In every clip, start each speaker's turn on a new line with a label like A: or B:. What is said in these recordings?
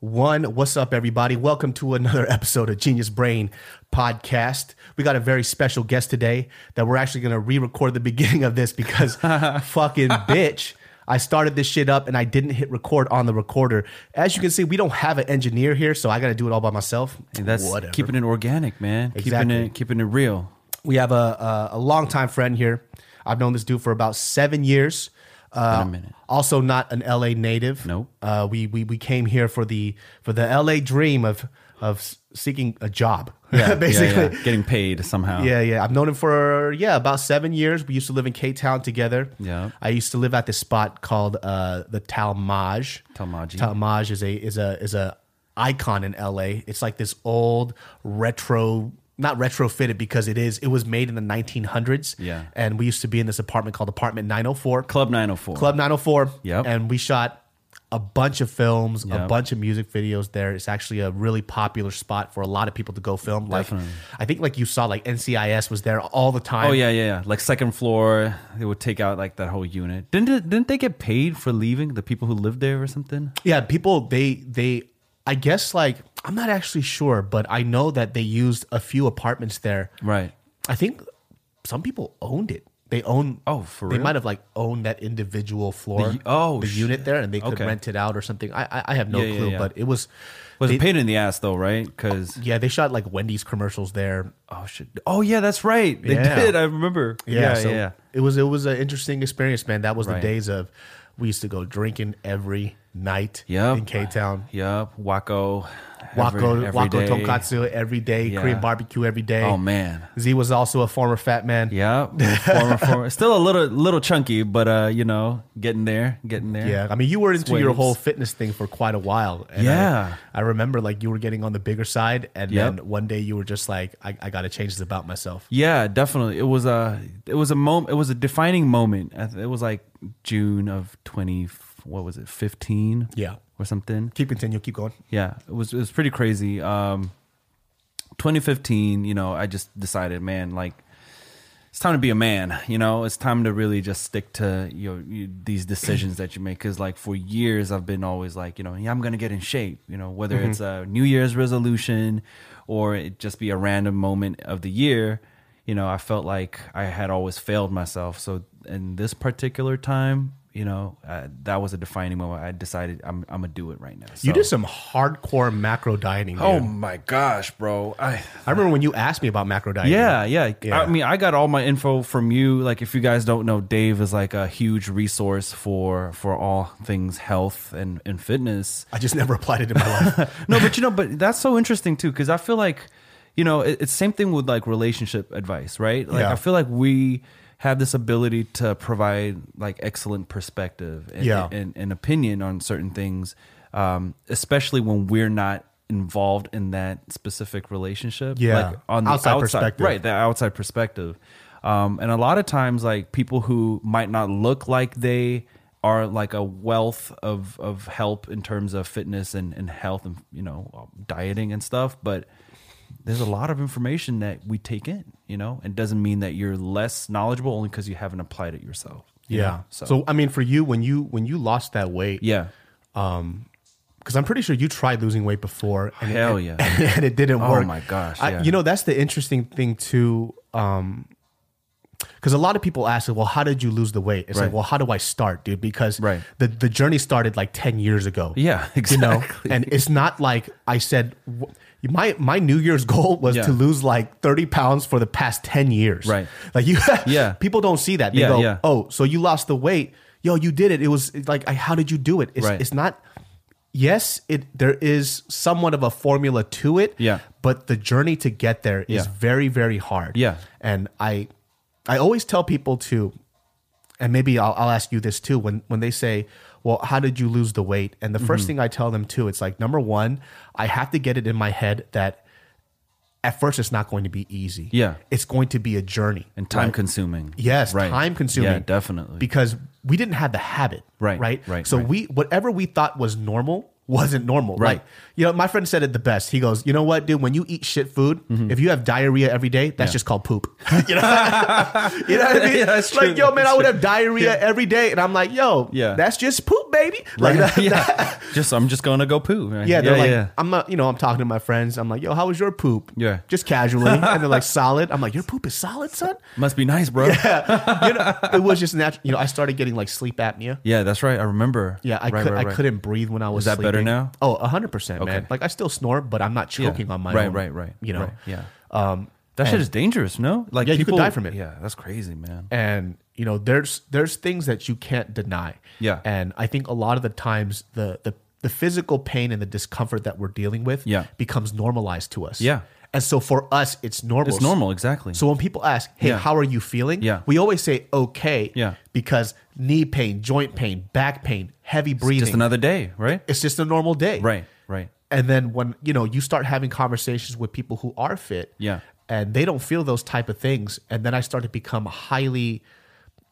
A: one. What's up, everybody? Welcome to another episode of Genius Brain Podcast. We got a very special guest today that we're actually going to re record the beginning of this because fucking bitch. I started this shit up and I didn't hit record on the recorder. As you can see, we don't have an engineer here, so I got to do it all by myself.
B: And that's
A: Whatever.
B: keeping it organic, man. Keeping
A: Exactly.
B: it keeping it real.
A: we have a, a, a longtime friend here. I've known this dude for about seven years. Uh,
B: Been a minute.
A: Also, not an LA native.
B: Nope.
A: Uh, we, we we came here for the for the LA dream of of seeking a job. basically.
B: yeah. getting paid somehow.
A: Yeah, yeah. I've known him for yeah about seven years. We used to live in Cape Town together.
B: Yeah.
A: I used to live at this spot called uh, the Talmage.
B: Talmadge.
A: Talmage is a is a is a icon in LA. It's like this old retro. Not retrofitted because it is. It was made in the 1900s.
B: Yeah.
A: and we used to be in this apartment called Apartment 904.
B: Club 904.
A: Club 904.
B: Yep.
A: And we shot a bunch of films, a
B: Yep.
A: bunch of music videos there. It's actually a really popular spot for a lot of people to go film. Like
B: Definitely.
A: I think like you saw like NCIS was there all the time.
B: Oh yeah, yeah, yeah. Like second floor, they would take out like that whole unit. Didn't it, didn't they get paid for leaving the people who lived there or something?
A: Yeah, people they they I guess like I'm not actually sure, but I know that they used a few apartments there.
B: Right.
A: I think some people owned it. They own
B: Oh, for
A: they
B: real?
A: might have like owned that individual floor,
B: The- oh,
A: the
B: shit.
A: unit there, and they could
B: Okay.
A: rent it out or something. I I, I have no
B: Yeah, yeah,
A: clue,
B: yeah.
A: but it was
B: Was
A: they- Oh,
B: a pain in the ass though, right? Because
A: yeah they shot like Wendy's commercials there.
B: oh shit. Oh yeah, that's right. They
A: Yeah.
B: did. I remember.
A: yeah,
B: yeah,
A: so
B: yeah.
A: It was it was an interesting experience, man. That was the
B: Right.
A: days of we used to go drinking every night
B: Yep.
A: in K Town.
B: Yup. Wacko. every-
A: Wako
B: every
A: Wako
B: day.
A: Tonkatsu every day,
B: Yeah.
A: Korean barbecue every day.
B: Oh man.
A: Z was also a former fat man.
B: Yeah, former, former, still a little little chunky, but uh, you know, getting there, getting there.
A: Yeah, I mean, you were into your
B: Swags.
A: whole fitness thing for quite a while. and I-
B: Yeah.
A: I, remember like you were getting on the bigger side, and
B: Yep.
A: then one day you were just like, "I, I got to change this about myself."
B: Yeah, definitely. It was a it was a moment. It was a defining moment. I th- It was like June of twenty. What was it? Fifteen.
A: Yeah.
B: or something.
A: Keep continue, keep going.
B: Yeah, it was it was pretty crazy. Um, twenty fifteen. You know, I just decided, man, like it's time to be a man. You know, it's time to really just stick to you know, you, these decisions that you make. Because like for years, I've been always like, you know, yeah, I'm gonna get in shape. You know, whether it's a New Year's resolution or it just be a random moment of the year. You know, I felt like I had always failed myself. So in this particular time, you know, uh, that was a defining moment. I decided I'm I'm gonna do it right now.
A: You
B: So-
A: did some hardcore macro dieting.
B: Oh
A: dude.
B: my gosh, bro! I
A: I remember when you asked me about macro dieting.
B: yeah, yeah,
A: Yeah.
B: I mean, I got all my info from you. Like, if you guys don't know, Dave is like a huge resource for for all things health and and fitness.
A: I just never applied it in my life.
B: no, but you know, but that's so interesting too, because I feel like, you know, it, it's same thing with like relationship advice, right? Like
A: Yeah.
B: I feel like we have this ability to provide like excellent perspective and,
A: Yeah.
B: and, and opinion on certain things, um, especially when we're not involved in that specific relationship.
A: Yeah.
B: Like on the
A: Outside
B: outside,
A: perspective.
B: Right. The outside perspective. Um, and a lot of times like people who might not look like they are like a wealth of, of help in terms of fitness and, and health and you know dieting and stuff but there's a lot of information that we take in you know it doesn't mean that you're less knowledgeable only because you haven't applied it yourself you
A: Yeah.
B: know?
A: So.
B: so,
A: I mean, for you, when you when you lost that weight,
B: yeah
A: because I'm pretty sure you tried losing weight before. And
B: Hell
A: and-
B: yeah.
A: and it didn't
B: Oh
A: work.
B: my gosh,
A: I-
B: yeah.
A: you know that's the interesting thing too, because Because um, a lot of people ask, well, how did you lose the weight? It's
B: Right.
A: like, well, how do I start, dude? Because
B: Right.
A: the, the journey started like 10 years ago.
B: Yeah, exactly.
A: You know? And it's not like I said, w- my, my New Year's goal was
B: Yeah.
A: to lose like 30 pounds for the past 10 years.
B: Right.
A: Like you,
B: Yeah.
A: people don't see that. They
B: Yeah,
A: go,
B: yeah.
A: oh, so you lost the weight. Yo, you did it. It was it's like, I, how did you do it? It's,
B: Right.
A: it's not, yes, it there is somewhat of a formula to it.
B: Yeah.
A: But the journey to get there is
B: Yeah.
A: very, very hard.
B: Yeah.
A: And I, I always tell people to, and maybe I'll, I'll ask you this too when when they say well how did you lose the weight and the 1st thing i tell them too it's like number one i have to get it in my head that at first it's not going to be easy
B: Yeah.
A: it's going to be a journey
B: and time consuming.
A: yes
B: Right.
A: time consuming
B: Yeah, definitely.
A: because we didn't have the habit
B: Right,
A: right
B: right,
A: so
B: right.
A: we whatever we thought was normal wasn't normal
B: Right.
A: Like, you know my friend said it the best he goes you know what dude when you eat shit food
B: Mm-hmm.
A: if you have diarrhea every day that's just called poop you know you know what I mean?
B: Yeah, that's
A: like,
B: true.
A: yo, man, I
B: That's
A: would have diarrhea every day, and I'm like, yo,
B: Yeah.
A: that's just poop, baby. Like,
B: Right?
A: that,
B: yeah. just I'm just gonna go poo. Right?
A: yeah, they're
B: yeah,
A: like,
B: yeah.
A: I'm not, you know, I'm talking to my friends. I'm like, yo, how was your poop?
B: Yeah.
A: just casually, and they're like, solid. I'm like, your poop is solid, son.
B: Must be nice, bro. Yeah,
A: You know, it was just natural. You know, I started getting like sleep apnea.
B: that's right. I remember.
A: Yeah, I,
B: right,
A: could,
B: right,
A: I
B: right.
A: couldn't breathe when I was.
B: that better
A: sleeping.
B: now?
A: Oh, hundred percent, man.
B: Okay.
A: Like I still snore, but I'm not choking on my
B: right,
A: own,
B: right, right.
A: You know,
B: right, yeah.
A: Um,
B: That shit is dangerous. No, like
A: Yeah, you could die from it.
B: Yeah, that's crazy, man.
A: and you know there's there's things that you can't deny
B: Yeah.
A: and i think a lot of the times the the, the physical pain and the discomfort that we're dealing with
B: Yeah.
A: becomes normalized to us
B: Yeah.
A: and so for us it's normal
B: It's normal, exactly.
A: so when people ask hey
B: Yeah.
A: how are you feeling
B: Yeah.
A: we always say okay
B: Yeah.
A: because knee pain joint pain back pain heavy breathing
B: just another day, right?
A: it's just a normal day
B: Right, right.
A: and then when you know you start having conversations with people who are fit
B: Yeah.
A: and they don't feel those type of things and then i started to become highly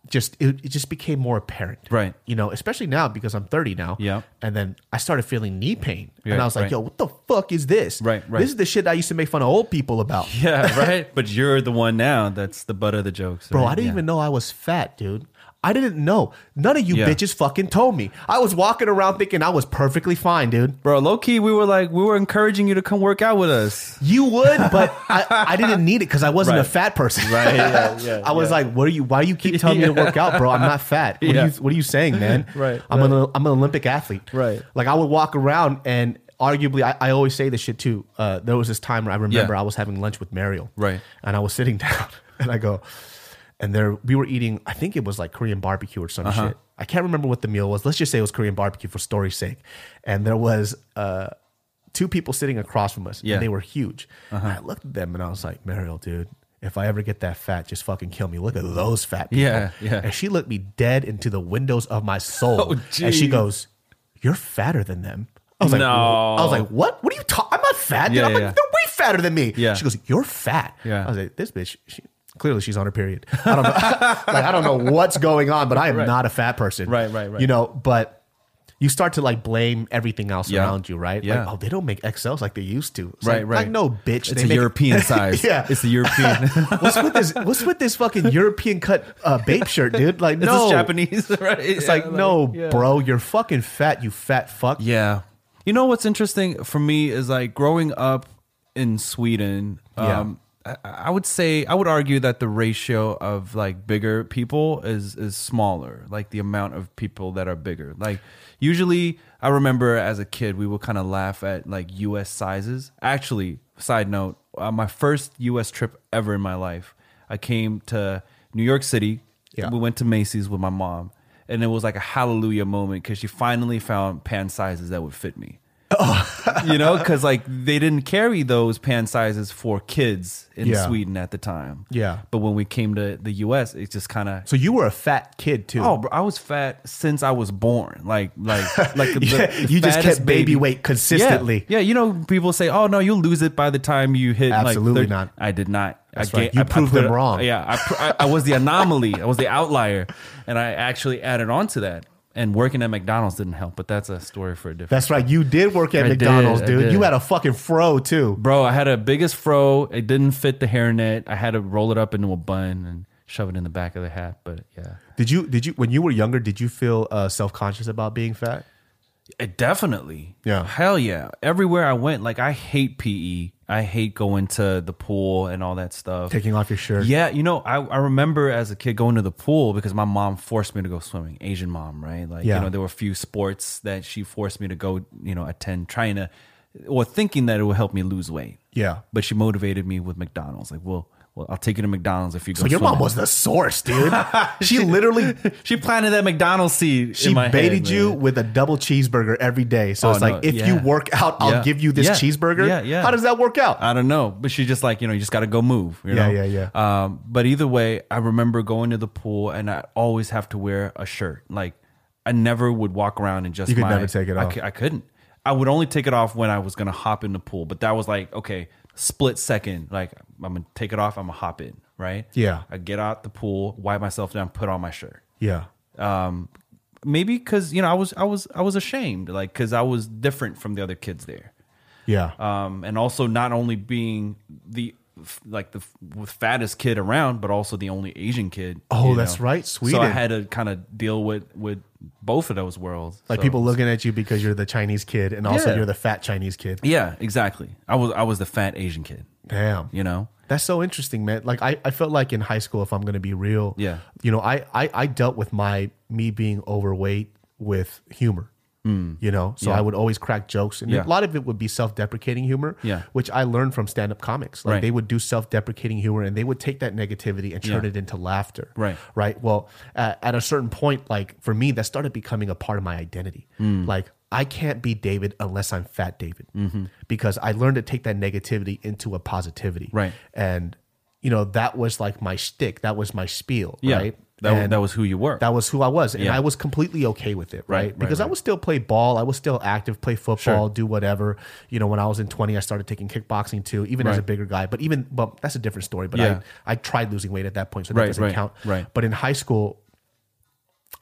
A: just it, it just became more apparent
B: Right.
A: you know especially now because i'm 30 now
B: Yeah.
A: and then i started feeling knee pain and
B: Yeah,
A: i was like
B: right.
A: yo what the fuck is this
B: Right, right.
A: this is the shit i used to make fun of old people about
B: Yeah, right. but you're the one now that's the butt of the jokes,
A: bro
B: right?
A: i didn't
B: Yeah.
A: even know i was fat dude I didn't know. None of you
B: Yeah.
A: bitches fucking told me. I was walking around thinking I was perfectly fine, dude.
B: Bro, low key, we were like, we were encouraging you to come work out with us.
A: You would, but I, I didn't need it because I wasn't
B: Right.
A: a fat person.
B: Right, yeah, yeah,
A: I was like, "What are you? Why do you keep telling me to work out, bro? I'm not fat. What,
B: Yeah.
A: are, you, what are you saying, man?
B: Right,
A: I'm an I'm an Olympic athlete.
B: Right.
A: Like I would walk around and arguably, I, I always say this shit too. Uh, there was this time where I remember
B: Yeah.
A: I was having lunch with Mariel.
B: Right.
A: And I was sitting down, and I go, and there we were eating. I think it was like Korean barbecue or some
B: Uh-huh.
A: shit. I can't remember what the meal was. Let's just say it was Korean barbecue for story's sake. And there was. Uh, two people sitting across from us,
B: Yeah. Uh-huh.
A: and they were huge. And I looked at them and I was like, Mariel, dude, if I ever get that fat, just fucking kill me. Look at those fat people.
B: Yeah, yeah.
A: And she looked me dead into the windows of my soul.
B: Oh,
A: and she
B: geez.
A: goes, You're fatter than them. I was like,
B: No.
A: "Wh-" I was like, what? What are you talking? I'm not fat. dude.
B: Yeah,
A: I'm like,
B: yeah.
A: they're way fatter than me.
B: Yeah.
A: She goes, you're fat.
B: Yeah.
A: I was like, this bitch. She, clearly, she's on her period. I don't know. like, I don't know what's going on, but I am not a fat person.
B: Right, right, right.
A: You know, but you start to like blame everything else
B: Yeah.
A: around you, right?
B: Yeah.
A: Like, oh, they don't make XLs like they used to. It's
B: Right,
A: like,
B: right.
A: Like, no, bitch.
B: It's
A: they
B: a
A: make-
B: European size.
A: Yeah.
B: It's a European. it's
A: what's with this? What's with this fucking European cut uh, babe shirt, dude? Like, no,
B: just Japanese, right?
A: It's like, no, bro, you're fucking fat. You fat fuck.
B: Yeah. You know what's interesting for me is like growing up in Sweden,
A: Yeah.
B: um, I, I would say I would argue that the ratio of like bigger people is is smaller, like the amount of people that are bigger. Like usually I remember as a kid we would kind of laugh at like US sizes. Actually, side note, uh, my first US trip ever in my life. I came to New York City.
A: Yeah.
B: We went to Macy's with my mom, and it was like a hallelujah moment because she finally found pant sizes that would fit me.
A: Oh.
B: you know, because like they didn't carry those pant sizes for kids in
A: Yeah.
B: Sweden at the time.
A: Yeah.
B: but when we came to the U.S., it just kind of.
A: So you were a fat kid too.
B: Oh, bro, I was fat since I was born. Like, like, like the,
A: Yeah,
B: the
A: you just
B: fattest
A: kept baby weight consistently.
B: Yeah, yeah, you know, people say, "Oh no, you'll lose it by the time you hit." like,
A: Absolutely
B: thir-"
A: not.
B: I did not.
A: That's
B: I
A: right. You proved
B: put
A: them
B: a-
A: wrong.
B: Yeah, I, pr- I, I was the anomaly. I was the outlier, and I actually added on to that. And working at McDonald's didn't help, but that's a story for a different.
A: That's right. You did work at
B: I did,
A: McDonald's,
B: I
A: dude.
B: did.
A: You had a fucking fro too.
B: Bro, I had a biggest fro. It didn't fit the hairnet. I had to roll it up into a bun and shove it in the back of the hat. But yeah,
A: Did you? Did you? When you were younger, did you feel uh, self conscious about being fat?
B: It definitely.
A: Yeah.
B: Hell yeah. Everywhere I went, like I hate PE. I hate going to the pool and all that stuff.
A: Taking off your shirt.
B: Yeah, you know, I, I remember as a kid going to the pool because my mom forced me to go swimming. Asian mom, right? Like,
A: Yeah.
B: you know, there were a few sports that she forced me to go, you know, attend, trying to, or thinking that it would help me lose weight.
A: Yeah.
B: But she motivated me with McDonald's. Like, well, well I'll take you to McDonald's if you go
A: But your mom
B: swimming.
A: was the source, dude. she literally
B: She planted that McDonald's seed.
A: she
B: in my
A: baited
B: head,
A: you
B: man.
A: with a double cheeseburger every day. So
B: Oh,
A: it's
B: no,
A: like if
B: yeah.
A: you work out, I'll
B: Yeah.
A: give you this
B: Yeah.
A: cheeseburger.
B: Yeah, yeah. Uh,
A: How does that work out?
B: I don't know, but she just like you know you just got to go move. You
A: Yeah,
B: know?
A: yeah,
B: yeah. Um, but either way, I remember going to the pool and I always have to wear a shirt. Like I never would walk around and just
A: You could
B: my-
A: never take it
B: I
A: off.
B: cou- I, couldn't. I would only take it off when I was gonna hop in the pool, but that was like okay, split second. Like I'm gonna take it off, I'm gonna hop in, right?
A: Yeah.
B: I get out the pool, wipe myself down, put on my shirt
A: yeah.
B: um maybe because you know i was i was i was ashamed like because i was different from the other kids there
A: Yeah.
B: um and also not only being the f- like the f- fattest kid around but also the only asian kid
A: Oh,
B: you
A: that's right,
B: so i
A: Sweden.
B: had to kind of deal with with both of those worlds
A: like
B: So-
A: people looking at you because you're the Chinese kid and also
B: Yeah.
A: you're the fat Chinese kid.
B: yeah exactly i was i was the fat asian kid
A: Damn.
B: you know
A: That's so interesting, man. Like I, I felt like in high school, if I'm gonna be real,
B: Yeah.
A: you know, I, I, I dealt with my me being overweight with humor. You know, so I would always crack jokes, and
B: Mm. Yeah.
A: a lot of it would be self-deprecating humor,
B: Yeah.
A: which I learned from stand-up comics. Like
B: Right.
A: they would do self-deprecating humor, and they would take that negativity and turn
B: Yeah.
A: it into laughter.
B: Right.
A: right. Well, uh, at a certain point, like for me, that started becoming a part of my identity.
B: Mm.
A: Like I can't be David unless I'm Fat David,
B: Mm-hmm.
A: because I learned to take that negativity into a positivity
B: Right.
A: and you know that was like my stick that was my spiel
B: yeah
A: right
B: that, wa-
A: And
B: that was who you were
A: that was who i was and
B: Yeah.
A: i was completely okay with it right,
B: Right, right,
A: because i
B: right.
A: would still play ball i was still active play football do whatever you know when i was in 20 i started taking kickboxing too even as a
B: Right.
A: bigger guy but even well that's a different story but
B: Yeah.
A: I, I tried losing weight at that point so that
B: Right,
A: doesn't
B: right,
A: count
B: right.
A: but in high school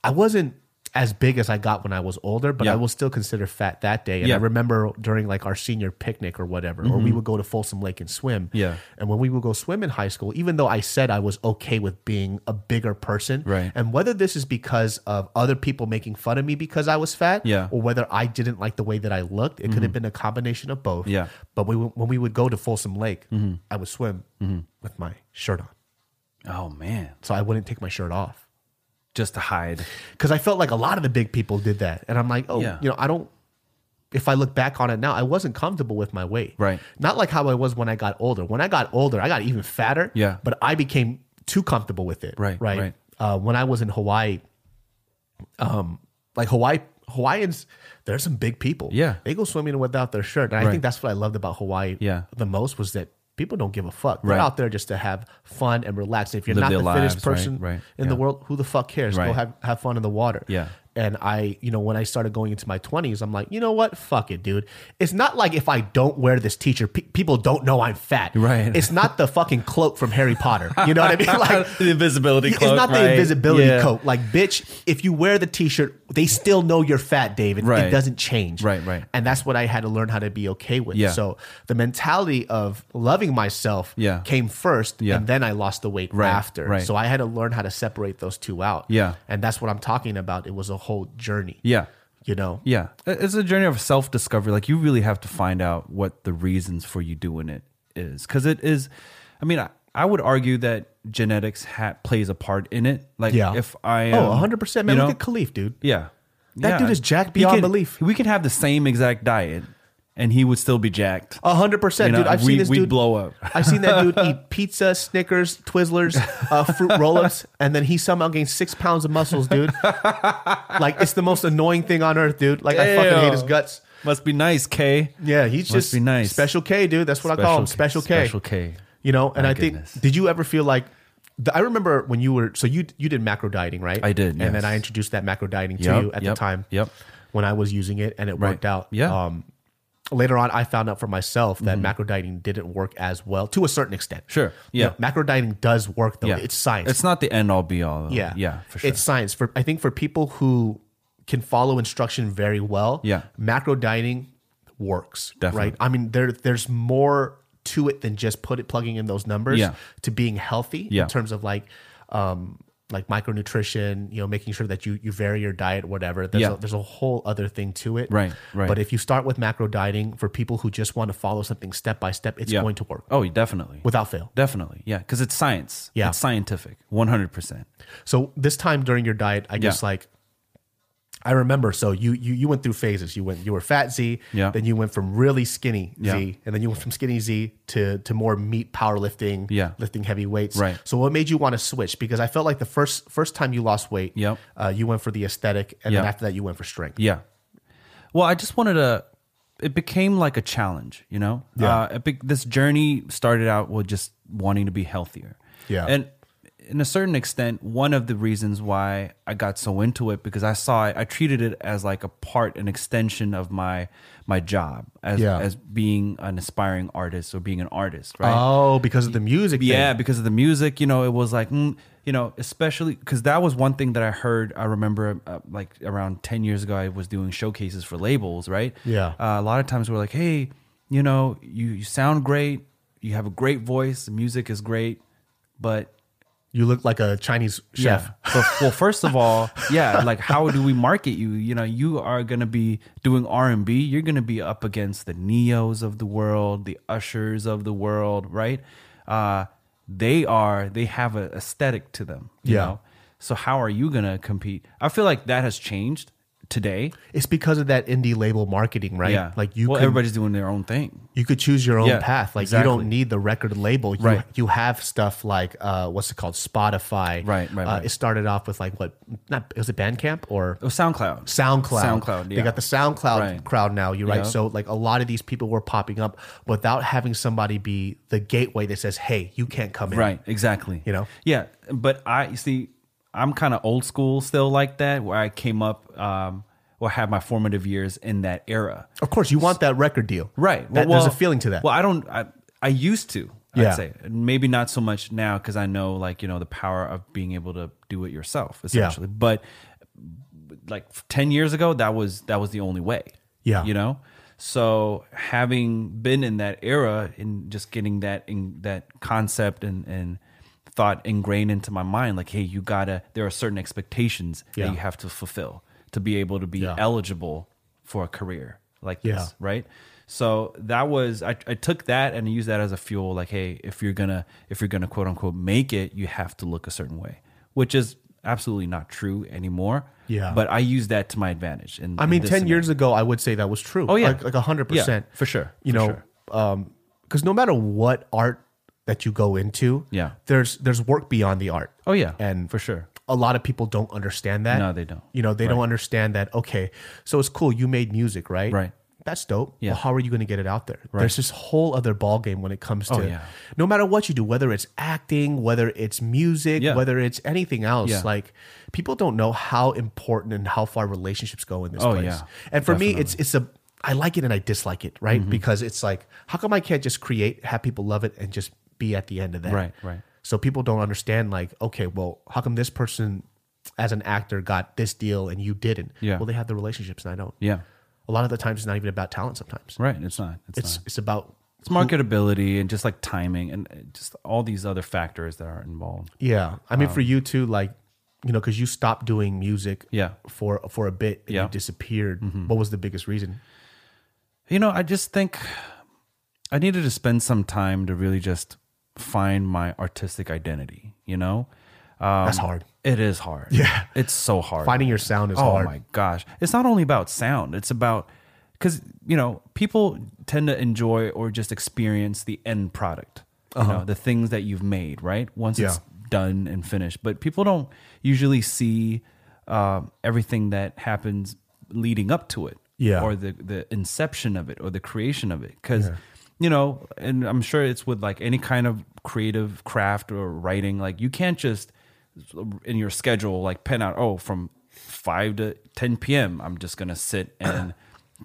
A: I wasn't as big as I got when I was older, but
B: Yeah.
A: I was still considered fat that day. And
B: Yeah.
A: I
B: Mm-hmm.
A: remember during like our senior picnic or whatever, or we would go to Folsom Lake and swim.
B: Yeah.
A: And when we would go swim in high school, even though I said I was okay with being a bigger person,
B: Right.
A: and whether this is because of other people making fun of me because I was fat,
B: Yeah. Mm-hmm.
A: or whether I didn't like the way that I looked, it could have been a combination of both.
B: Yeah. Mm-hmm.
A: But we, would- when we would go to Folsom Lake, I would swim with my shirt on.
B: oh man
A: So I wouldn't take my shirt off
B: just to hide
A: because I felt like a lot of the big people did that, and I'm like, oh,
B: Yeah.
A: you know, I don't. If I look back on it now, I wasn't comfortable with my weight.
B: Right.
A: Not like how I was when I got older. When I got older, I got even fatter.
B: Yeah.
A: But I became too comfortable with it.
B: Right,
A: Right.
B: right.
A: Uh, when I was in Hawaii, um, like Hawaii Hawaiians, there's some big people.
B: Yeah.
A: They go swimming without their shirt, and I
B: Right.
A: think that's what I loved about Hawaii.
B: Yeah.
A: The most was that people don't give a fuck. They're
B: Right.
A: out there just to have fun and relax. If you're
B: Live
A: not the
B: their
A: fittest
B: lives, right,
A: person
B: right,
A: in the
B: yeah.
A: world, who the fuck cares? Go
B: Right.
A: have have fun in the water.
B: Yeah.
A: And I, you know, when I started going into my 20s, I'm like, you know what? Fuck it, dude. It's not like if I don't wear this t-shirt, pe- people don't know I'm fat.
B: Right.
A: It's not the fucking cloak from Harry Potter. You know what I mean? Like
B: the invisibility cloak
A: it's not the
B: right?
A: invisibility
B: Yeah.
A: coat. Like, bitch, if you wear the t-shirt, they still know you're fat, David. It
B: Right.
A: doesn't change.
B: Right, right.
A: And that's what I had to learn how to be okay with.
B: Yeah.
A: So the mentality of loving myself
B: Yeah.
A: came first,
B: Yeah.
A: and then I lost the weight
B: Right,
A: after.
B: right.
A: So I had to learn how to separate those two out.
B: Yeah.
A: And that's what I'm talking about. It was a whole journey.
B: yeah
A: You know?
B: Yeah. It's a journey of self discovery. Like you really have to find out what the reasons for you doing it is. Cause it is, I mean, I, I would argue that genetics ha- plays a part in it. Like
A: Yeah.
B: if I am,
A: Oh, 100%. Man,
B: you know,
A: look at Khalif, dude.
B: yeah.
A: That
B: Yeah.
A: dude is jacked
B: He
A: beyond
B: can-
A: belief.
B: We could have the same exact diet and he would still be jacked.
A: A hundred percent,
B: You know,
A: Oh, dude. I've
B: we-
A: seen this
B: we'd
A: dude
B: blow up.
A: I've seen that dude eat pizza, Snickers, Twizzlers, uh, fruit roll-ups, and then he somehow gained six pounds of muscles, dude. like it's the most annoying thing on earth, dude. Like I fucking hate his
B: Damn.
A: guts.
B: Must be nice, Kay.
A: Yeah, he's just
B: be nice.
A: Special K, dude. That's what I call him. Special K.
B: Special K.
A: You know, and
B: My
A: I think.
B: goodness.
A: Did you ever feel like? the- I remember when you were so you you did macro dieting, right?
B: I did,
A: and
B: yes.
A: then I introduced that macro dieting to
B: Yep,
A: you at
B: yep,
A: the time.
B: yep.
A: When I was using it, and it worked out.
B: Yeah. Mm-hmm.
A: Um, later on, I found out for myself that macro dieting didn't work as well to a certain extent.
B: Sure.
A: You know,
B: Yeah.
A: macro dieting does work though.
B: Yeah.
A: It's science.
B: It's not the end all be all. Though.
A: Yeah.
B: Yeah. For sure.
A: It's science. For I think for people who can follow instruction very well,
B: Yeah.
A: macro dieting works.
B: Definitely.
A: Right. I mean, there there's more to it than just put it plugging in those numbers
B: Yeah.
A: to being healthy
B: Yeah.
A: in terms of like um like micronutrition, you know, making sure that you you vary your diet, whatever. There's
B: Yeah.
A: a, there's a whole other thing to it,
B: Right, right.
A: But if you start with macro dieting for people who just want to follow something step by step, it's
B: Yeah.
A: going to work
B: Oh, definitely.
A: without fail.
B: Definitely. Yeah. Because it's science.
A: Yeah.
B: It's scientific. 100%.
A: So this time during your diet, I guess
B: Yeah.
A: like I remember. So you you you went through phases. You went you were fat Z,
B: Yeah.
A: Then you went from really skinny
B: Yeah.
A: Z, and then you went from skinny Z to to more meat powerlifting,
B: Yeah.
A: lifting heavy weights.
B: Right.
A: So what made you want to switch? Because I felt like the first first time you lost weight,
B: Yep.
A: uh, you went for the aesthetic, and then
B: Yeah.
A: after that you went for strength.
B: Yeah. Well, I just wanted to. It became like a challenge, you know.
A: Yeah.
B: Uh, it be, this journey started out with just wanting to be healthier.
A: Yeah.
B: And in a certain extent, one of the reasons why I got so into it because I saw it. I treated it as like a part, an extension of my my job as
A: Yeah.
B: as being an aspiring artist or being an artist, right?
A: Oh, because of the music. thing.
B: Yeah, because of the music, you know, it was like, mm, you know, especially because that was one thing that I heard. I remember, uh, like around ten years ago, I was doing showcases for labels, right?
A: Yeah.
B: Uh, a lot of times we're like, hey, you know, you, you sound great, you have a great voice, the music is great, but
A: You look like a Chinese chef.
B: yeah. But, well, first of all, yeah, like how do we market you? You know, you are going to be doing R&B. You're going to be up against the Neos of the world, the Ushers of the world, right? Uh, they are, they have an aesthetic to them, you
A: Yeah.
B: know? So how are you going to compete? I feel like that has changed today.
A: It's because of that indie label marketing, right?
B: Yeah.
A: Like you
B: well,
A: can-
B: everybody's doing their own thing.
A: you could choose your own
B: Yeah,
A: path. Like you
B: exactly.
A: don't need the record label. You,
B: Right.
A: You have stuff like uh, what's it called, Spotify.
B: Right, right,
A: Uh,
B: right.
A: It started off with like what? Not was it Bandcamp or
B: Oh, SoundCloud.
A: SoundCloud?
B: SoundCloud,
A: They
B: yeah.
A: got the SoundCloud
B: Right.
A: crowd now. You're right.
B: Yeah.
A: So like a lot of these people were popping up without having somebody be the gateway that says, "Hey, you can't come in."
B: Right, exactly.
A: You know?
B: Yeah, but I you see I'm kind of old school still like that where I came up um or had my formative years in that era.
A: Of course, you want that record deal.
B: Right.
A: That, there's a feeling to that.
B: Well, I don't I I used to
A: Yeah.
B: I'd say maybe not so much now because I know like you know the power of being able to do it yourself essentially. But like ten years ago, that was that was the only way.
A: Yeah.
B: you know. So having been in that era and just getting that in, that concept and and thought ingrained into my mind, like, hey, you gotta. There are certain expectations
A: Yeah.
B: that you have to fulfill to be able to be
A: Yeah.
B: eligible for a career like this,
A: Yeah.
B: right? So that was I, I took that and used that as a fuel. Like, hey, if you're gonna if you're gonna quote unquote make it, you have to look a certain way, which is absolutely not true anymore.
A: Yeah.
B: But I use that to my advantage. In,
A: I mean, ten years ago, I would say that was true.
B: Oh, yeah.
A: like hundred percent
B: Yeah, for sure,
A: You
B: for
A: know,
B: sure.
A: because no matter what art that you go into,
B: Yeah.
A: there's there's work beyond the art.
B: Oh yeah,
A: and
B: for sure.
A: a lot of people don't understand that.
B: No, they don't.
A: You know, they don't understand that. Okay, so it's cool. You made music, right?
B: Right.
A: That's dope.
B: Yeah.
A: Well, how are you going to get it out there? There's this whole other ballgame when it comes to
B: Oh, yeah.
A: no matter what you do, whether it's acting, whether it's music,
B: Yeah.
A: whether it's anything else.
B: Yeah.
A: Like people don't know how important and how far relationships go in this
B: Oh,
A: place.
B: yeah.
A: And for me, it's it's a I like it and I dislike it, right?
B: Mm-hmm.
A: Because it's like, how come I can't just create, have people love it, and just be at the end of that?
B: Right, right.
A: So people don't understand, like, okay, well, how come this person as an actor got this deal and you didn't?
B: Yeah.
A: Well, they have the relationships and I don't.
B: Yeah,
A: A lot of the times, it's not even about talent. Sometimes
B: right. It's not. It's,
A: it's
B: not.
A: it's about
B: It's marketability and just like timing and uh, just all these other factors that are involved.
A: yeah. I mean, for you too, like you know, because you stopped doing music
B: Um, Yeah.
A: for for a bit and
B: Yeah. Mm-hmm.
A: you disappeared. What was the biggest reason?
B: You know, I just think I needed to spend some time to really just find my artistic identity. You know, um,
A: That's hard.
B: It is hard. Yeah, it's so hard.
A: Finding your sound is
B: oh
A: hard.
B: my gosh, it's not only about sound. It's about because you know people tend to enjoy or just experience the end product. You know, the things that you've made right once it's
A: Uh-huh. Yeah.
B: done and finished. But people don't usually see um, everything that happens leading up to it.
A: Yeah.
B: Or the the inception of it or the creation of it because you know and i'm sure it's with like any kind of creative craft or writing like you can't just in your schedule like pen out oh from 5 to 10 p.m i'm just gonna sit and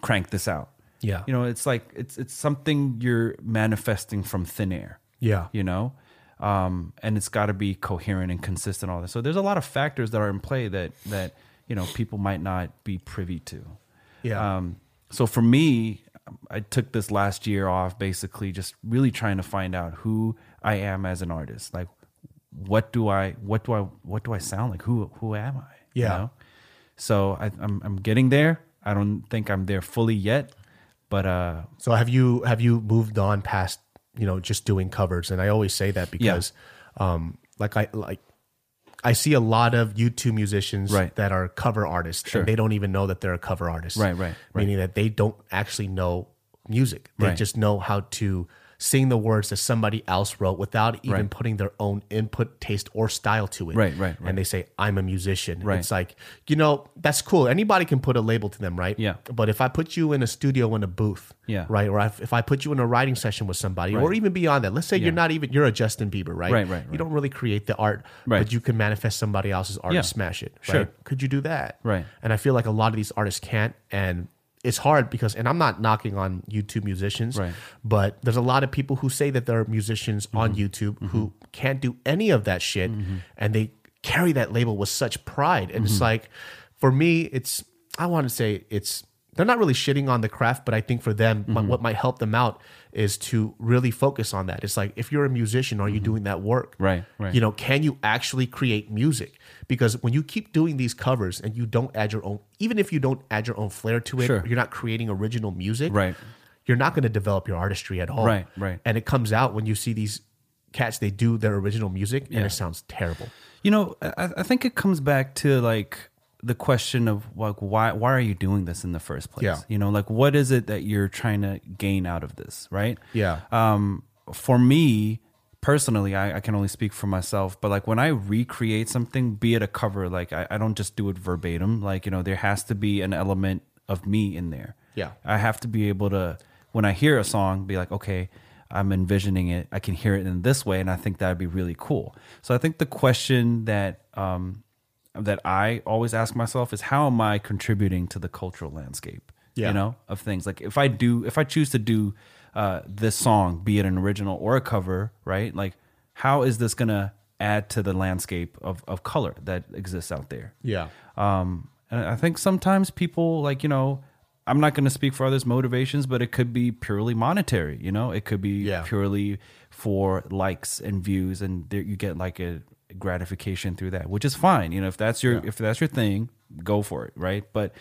B: crank this out
A: Yeah.
B: you know it's like it's it's something you're manifesting from thin air
A: Yeah.
B: you know um, and it's got to be coherent and consistent all that so there's a lot of factors that are in play that that you know people might not be privy to
A: Yeah.
B: um, so for me, I took this last year off basically just really trying to find out who I am as an artist. Like, what do I what do I what do I sound like? Who who am I?
A: Yeah.
B: So I, I'm I'm getting there. I don't think I'm there fully yet, but uh,
A: So have you have you moved on past you know just doing covers? And I always say that because, um, like I like I see a lot of YouTube musicians
B: Right.
A: that are cover artists, and they don't even know that they're a cover artist.
B: Right, right, right.
A: Meaning that they don't actually know music; they
B: Right.
A: just know how to sing the words that somebody else wrote without even
B: Right.
A: putting their own input, taste, or style to it.
B: Right, right, right.
A: And they say, "I'm a musician."
B: Right.
A: It's like you know that's cool. Anybody can put a label to them, right?
B: Yeah.
A: But if I put you in a studio in a booth,
B: Yeah.
A: right, or if, if I put you in a writing session with somebody, or even beyond that, let's say you're not even you're a Justin Bieber, right?
B: Right, right,
A: You
B: right.
A: don't really create the art,
B: Right.
A: but you can manifest somebody else's art
B: Yeah.
A: and smash it.
B: Sure.
A: right? Could you do that?
B: Right.
A: And I feel like a lot of these artists can't, and it's hard because, and I'm not knocking on YouTube musicians,
B: Right.
A: but there's a lot of people who say that they're musicians on
B: Mm-hmm.
A: YouTube who can't do any of that shit, and they carry that label with such pride. And
B: Mm-hmm.
A: it's like, for me, it's I want to say it's they're not really shitting on the craft, but I think for them,
B: Mm-hmm.
A: mi- what might help them out is to really focus on that. It's like if you're a musician, are you doing that work?
B: Mm-hmm. Right, right.
A: You know, can you actually create music? Because when you keep doing these covers and you don't add your own, even if you don't add your own flair to it,
B: Sure.
A: you're not creating original music.
B: Right.
A: You're not going to develop your artistry at all.
B: Right, right.
A: And it comes out when you see these cats, they do their original music and it sounds terrible.
B: you know, I, I think it comes back to like the question of like why why are you doing this in the first place?
A: Yeah.
B: You know, like what is it that you're trying to gain out of this, right?
A: Yeah.
B: um, for me personally, I, I can only speak for myself, but like when I recreate something, be it a cover, like I, I don't just do it verbatim. Like, you know, there has to be an element of me in there.
A: Yeah.
B: I have to be able to, when I hear a song, be like, okay, I'm envisioning it. I can hear it in this way. And I think that'd be really cool. So I think the question that, um, that I always ask myself is how am I contributing to the cultural landscape?
A: Yeah.
B: You know, of things. Like if I do, if I choose to do uh, this song, be it an original or a cover, right? Like, how is this gonna add to the landscape of of color that exists out there?
A: Yeah.
B: Um, and I think sometimes people like you know. I'm not going to speak for others' motivations, but it could be purely monetary. You know, it could be
A: Yeah.
B: purely for likes and views, and there, you get like a gratification through that, which is fine. You know, if that's your if that's your thing, go for it, right? But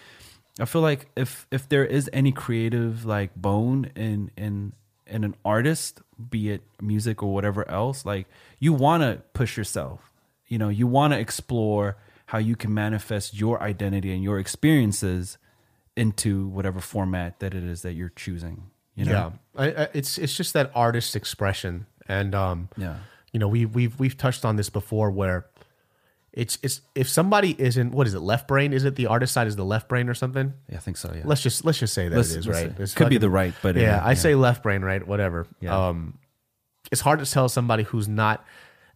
B: I feel like if if there is any creative like bone in in in an artist, be it music or whatever else, like you want to push yourself. You know, you want to explore how you can manifest your identity and your experiences into whatever format that it is that you're choosing. You know?
A: Yeah, I, I, it's it's just that artist expression, and um,
B: Yeah.
A: you know, we we've we've touched on this before, where it's it's if somebody isn't what is it left brain? Is it the artist side is the left brain or something?
B: Yeah, I think so. Yeah.
A: Let's just let's just say that
B: Let's-
A: it is
B: let's
A: right.
B: say-
A: It's
B: could be
A: fucking-
B: the right, but
A: yeah,
B: uh,
A: I say left brain, right? Whatever.
B: Yeah.
A: Um, it's hard to tell somebody who's not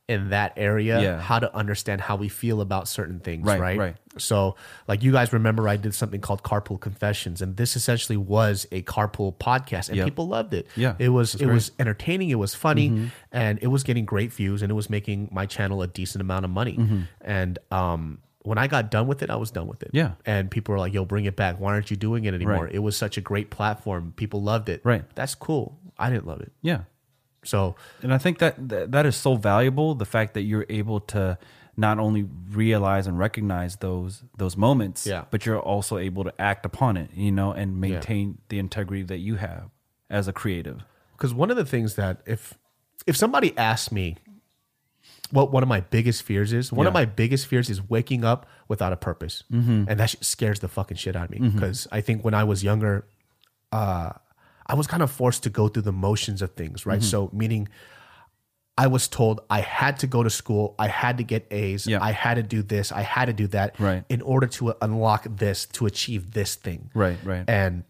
A: in that area
B: Yeah.
A: how to understand how we feel about certain things, right?
B: Right, right.
A: So, like you guys remember, I did something called Carpool Confessions, and this essentially was a carpool podcast, and
B: Yeah.
A: people loved it.
B: Yeah, Mm-hmm.
A: it was it was entertaining, it was funny, and it was getting great views, and it was making my channel a decent amount of money.
B: Mm-hmm.
A: And um, when I got done with it, I was done with it.
B: Yeah.
A: and people were like, "Yo, bring it back! Why aren't you doing it anymore?
B: Right.
A: It was such a great platform. People loved it.
B: Right.
A: That's cool. I didn't love it.
B: yeah.
A: So
B: and I think that, that that is so valuable. The fact that you're able to not only realize and recognize those those moments,
A: Yeah.
B: but you're also able to act upon it, you know, and maintain the integrity that you have as a creative.
A: because one of the things that if if somebody asked me what one of my biggest fears is one of
B: Yeah. Mm-hmm.
A: my biggest fears is waking up without a purpose and that shit scares the fucking shit out of me because i think when i was younger uh i was kind of forced to go through the motions of things
B: Mm-hmm.
A: right so meaning i was told i had to go to school i had to get a's
B: Yeah.
A: i had to do this i had to do that
B: Right.
A: in order to unlock this to achieve this thing
B: Right, right.
A: and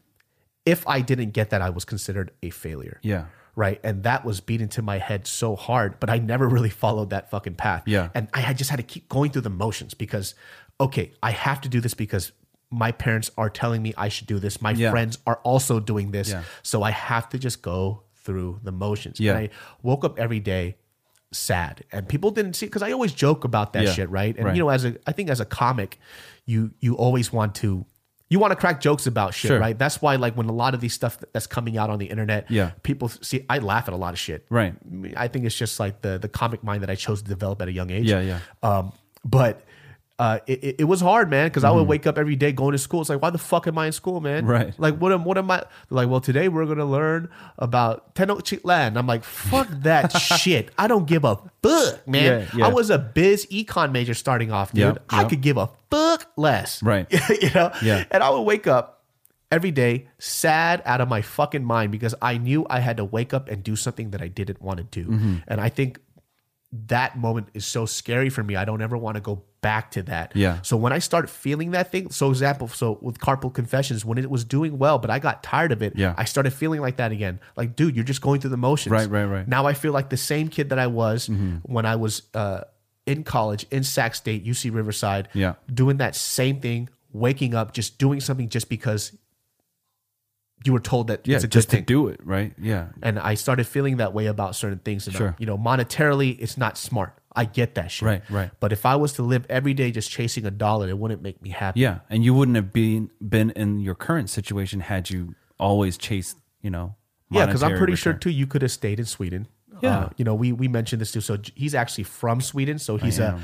A: if i didn't get that i was considered a failure
B: yeah.
A: right? And that was beat into my head so hard, but I never really followed that fucking path.
B: Yeah.
A: And I had just had to keep going through the motions because, okay, I have to do this because my parents are telling me I should do this. My
B: Yeah.
A: friends are also doing this.
B: Yeah.
A: So I have to just go through the motions.
B: Yeah.
A: And I woke up every day sad and people didn't see because I always joke about that
B: Yeah.
A: shit, right? And
B: Right.
A: you know, as a I think as a comic, you you always want to you want to crack jokes about shit,
B: Sure.
A: right? That's why, like, when a lot of these stuff that's coming out on the internet,
B: Yeah.
A: people see. I laugh at a lot of shit,
B: Right.
A: I think it's just like the the comic mind that I chose to develop at a young age.
B: Yeah, yeah.
A: Um, but uh, it, it- it was hard, man, because I would wake up every day going to school. It's like, why the fuck am I in school, man?
B: Mm-hmm. Right.
A: Like, what am what am I? Like, well, today we're gonna learn about Tenochtitlan. I'm like, fuck that shit. I don't give a fuck, man.
B: Yeah, yeah.
A: I was a biz econ major starting off, dude.
B: Yep,
A: I
B: yep.
A: could give a fuck less.
B: Right.
A: you know.
B: Yeah.
A: And I would wake up. Every day, sad out of my fucking mind because I knew I had to wake up and do something that I didn't want to do.
B: Mm-hmm.
A: And I think that moment is so scary for me. I don't ever want to go back to that.
B: Yeah.
A: So when I start feeling that thing, so example, so with carpal confessions, when it was doing well, but I got tired of it,
B: Yeah.
A: I started feeling like that again. Like, dude, you're just going through the motions.
B: Right, right, right. Mm-hmm.
A: Now I feel like the same kid that I was when I was uh, in college in Sac State, UC Riverside,
B: Yeah.
A: doing that same thing, waking up, just doing something just because you were told that
B: Yeah,
A: it's a
B: just
A: good thing
B: to do it, right? Yeah,
A: and I started feeling that way about certain things. And I-
B: Sure.
A: you know, monetarily, it's not smart. I get that shit.
B: Right, right.
A: But if I was to live every day just chasing a dollar, it wouldn't make me happy.
B: yeah. And you wouldn't have been been in your current situation had you always chased, you know.
A: Yeah, because I'm
B: monetary
A: pretty sure
B: return.
A: too. You could have stayed in Sweden.
B: Yeah.
A: Uh, you know, we we mentioned this too. So J- he's actually from Sweden. So he's a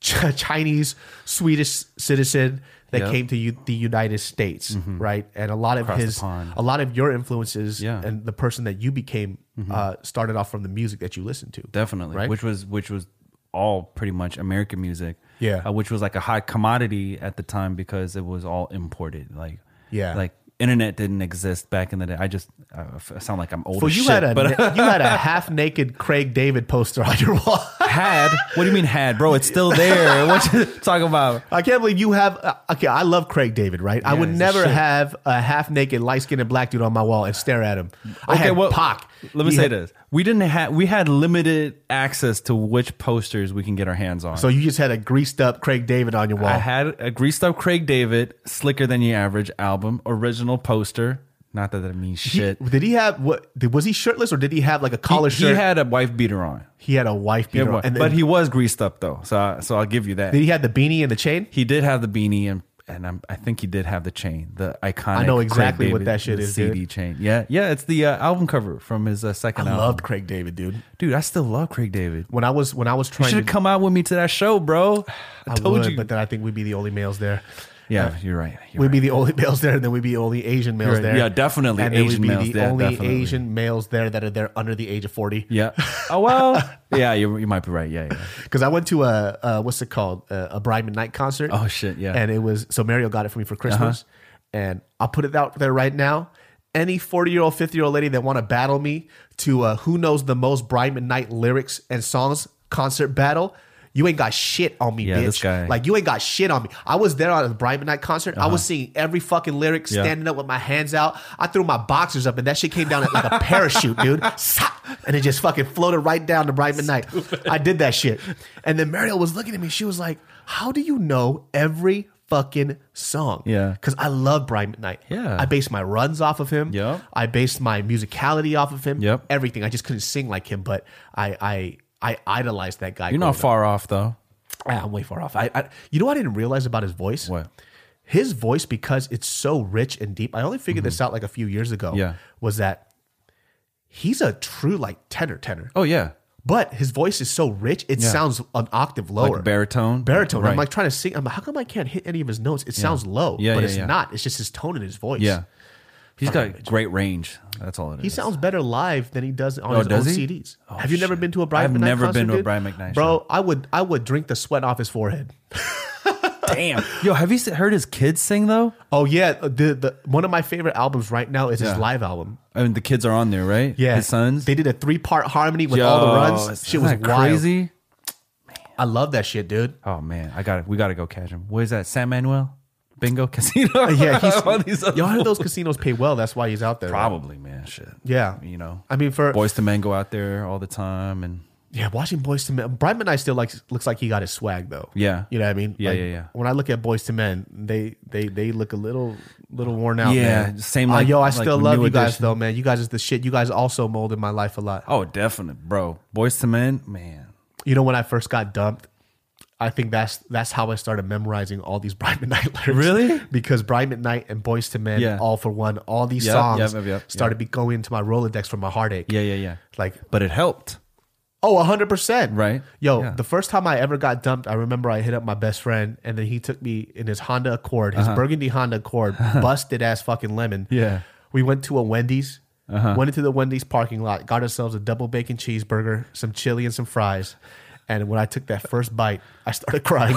A: Ch- Chinese Swedish citizen that
B: Yep. Mm-hmm.
A: came to U- the United States, right? And a lot of
B: the
A: his,
B: pond.
A: a lot of your influences,
B: Yeah. Mm-hmm.
A: and the person that you became uh, started off from the music that you listened to.
B: definitely
A: Right?
B: which was which was all pretty much american music
A: Yeah.
B: uh, which was like a high commodity at the time because it was all imported like
A: Yeah.
B: like internet didn't exist back in the day i just i f- I sound like i'm old
A: Well,
B: as
A: you
B: shit,
A: had a
B: but
A: you had a half naked Craig David poster on your wall.
B: had what do you mean had bro it's still there what you talking about
A: I can't believe you have. uh, Okay, I love Craig David, right? I would
B: he's the
A: never
B: shit.
A: have a half naked, light skinned, and black dude on my wall and stare at him. I had Pac.
B: let me
A: He
B: say
A: had-
B: this we didn't have we had limited access to which posters we can get our hands on
A: So you just had a greased up Craig David on your wall.
B: I had a greased up Craig David, slicker than your average album, original poster. Not that that means
A: He-
B: shit.
A: did he have what? Did, was he shirtless or did he have like a collar
B: he,
A: shirt?
B: he had a wife beater on.
A: He had a wife
B: He had
A: beater,
B: one.
A: on, and
B: but
A: then,
B: he was greased up though, so I, so I'll give you that.
A: did he had the beanie and the chain.
B: he did have the beanie and and I'm, I think he did have the chain, the iconic.
A: know
B: Craig
A: exactly what
B: David,
A: that shit
B: the
A: is, dude.
B: CD chain. Yeah, yeah, it's the uh, album cover from his uh, second
A: I
B: album.
A: loved Craig David, dude.
B: Dude, I still love Craig David.
A: When I was when I was
B: You
A: trying to,
B: should have come out with me to that show, bro. I,
A: I
B: told
A: would,
B: you.
A: but then I think we'd be the only males there.
B: yeah, you're right. You're
A: We'd be the only males there, and then we'd be the only Asian males
B: Right.
A: there.
B: Yeah, definitely
A: And then
B: Asian
A: we'd be
B: males
A: the
B: there,
A: only
B: definitely.
A: Asian males there that are there under the age of forty.
B: Yeah. Oh well. yeah, you, you might be right. Yeah, yeah.
A: Because I went to a, a what's it called a, a Bryman Night concert.
B: Oh, shit, yeah. Uh-huh.
A: And it was so Mario got it for me for Christmas, and I'll put it out there right now. Any forty year old, fifty year old lady that want to battle me to uh, who knows the most Bryman Night lyrics and songs concert battle. You ain't got shit on me,
B: Yeah,
A: bitch.
B: this guy-
A: Like you ain't got shit on me. I was there on a Bryman Night concert. I was singing every fucking lyric,
B: Uh-huh. Yeah.
A: standing up with my hands out. I threw my boxers up, and that shit came down like a parachute, dude. Sa- And it just fucking floated right down to Brightman Night. I did that shit. And then Mariel was looking at me. She was like, How do you know every fucking song?
B: Yeah.
A: Because I love Brightman Night.
B: Yeah.
A: I based my runs off of him.
B: Yep.
A: I based my musicality off of him.
B: Yep.
A: Everything. I just couldn't sing like him, but I I I idolized that guy.
B: You're not far off though.
A: Ah, I'm way far off. I, I you know what I didn't realize about his voice?
B: What?
A: His voice, because it's so rich and deep, I only figured this out like a few years ago.
B: Mm-hmm. Yeah.
A: Was that he's a true like tenor tenor.
B: Oh yeah.
A: But his voice is so rich, it sounds an octave lower.
B: Like baritone.
A: Baritone. I'm
B: Right.
A: like trying to sing. I'm like, how come I can't hit any of his notes? It sounds low,
B: Yeah,
A: but
B: yeah,
A: it's
B: yeah.
A: not. It's just his tone and his voice.
B: Yeah. He's got great range. That's all it is.
A: He sounds better live than he does on his
B: Oh, does
A: own
B: he?
A: CDs. Have you never
B: shit.
A: been to a Brian
B: I've
A: McKnight
B: never
A: concert,
B: been to a
A: dude?
B: Brian McKnight
A: Bro, I would I would drink the sweat off his forehead.
B: Damn. Yo, have you se- heard his kids sing though?
A: Oh yeah, the, the one of my favorite albums right now is
B: Yeah.
A: his live album.
B: I mean, the kids are on there, right?
A: Yeah,
B: His sons. Oh,
A: They did a three part harmony with all the runs. Shit was crazy.
B: crazy.
A: I love that shit, dude.
B: Oh man, I got it. We got to go catch him. Where's that? San Manuel Bingo Casino.
A: Yeah, he's,
B: All these other-
A: y'all heard those casinos pay well. That's why he's out there.
B: Probably, man. Shit.
A: Yeah.
B: You know,
A: I mean, for
B: boys to men go out there all the time, and
A: yeah, watching Boys to Men, Brian McKnight still like looks like he got his swag though.
B: Yeah.
A: you know what I mean.
B: Yeah,
A: Like,
B: yeah, yeah.
A: When I look at Boys to Men, they they they look a little little worn out.
B: Yeah,
A: man.
B: same
A: Ah,
B: like-
A: yo, I
B: like
A: still
B: New
A: love you guys
B: Edition.
A: though, man. You guys is the shit. You guys also molded my life a lot.
B: oh, definitely, bro. Boys to men, man.
A: You know when I first got dumped I think that's that's how I started memorizing all these Brian McKnight lyrics.
B: Really?
A: Because Brian MckKnight and Boys to Men,
B: Yeah.
A: All for One, all these
B: Yep,
A: songs
B: yep, yep, yep,
A: started be going into my Rolodex for my heartache.
B: Yeah, yeah, yeah.
A: Like,
B: But it helped.
A: oh, 100%.
B: Right.
A: Yo,
B: Yeah.
A: the first time I ever got dumped, I remember I hit up my best friend and then he took me in his Honda Accord, his burgundy Honda Accord, busted ass fucking lemon.
B: Uh-huh. Yeah. Uh-huh.
A: We went to a Wendy's, went into the Wendy's parking lot, got ourselves a double bacon cheeseburger, some chili, and some fries. And when I took that first bite, I started crying.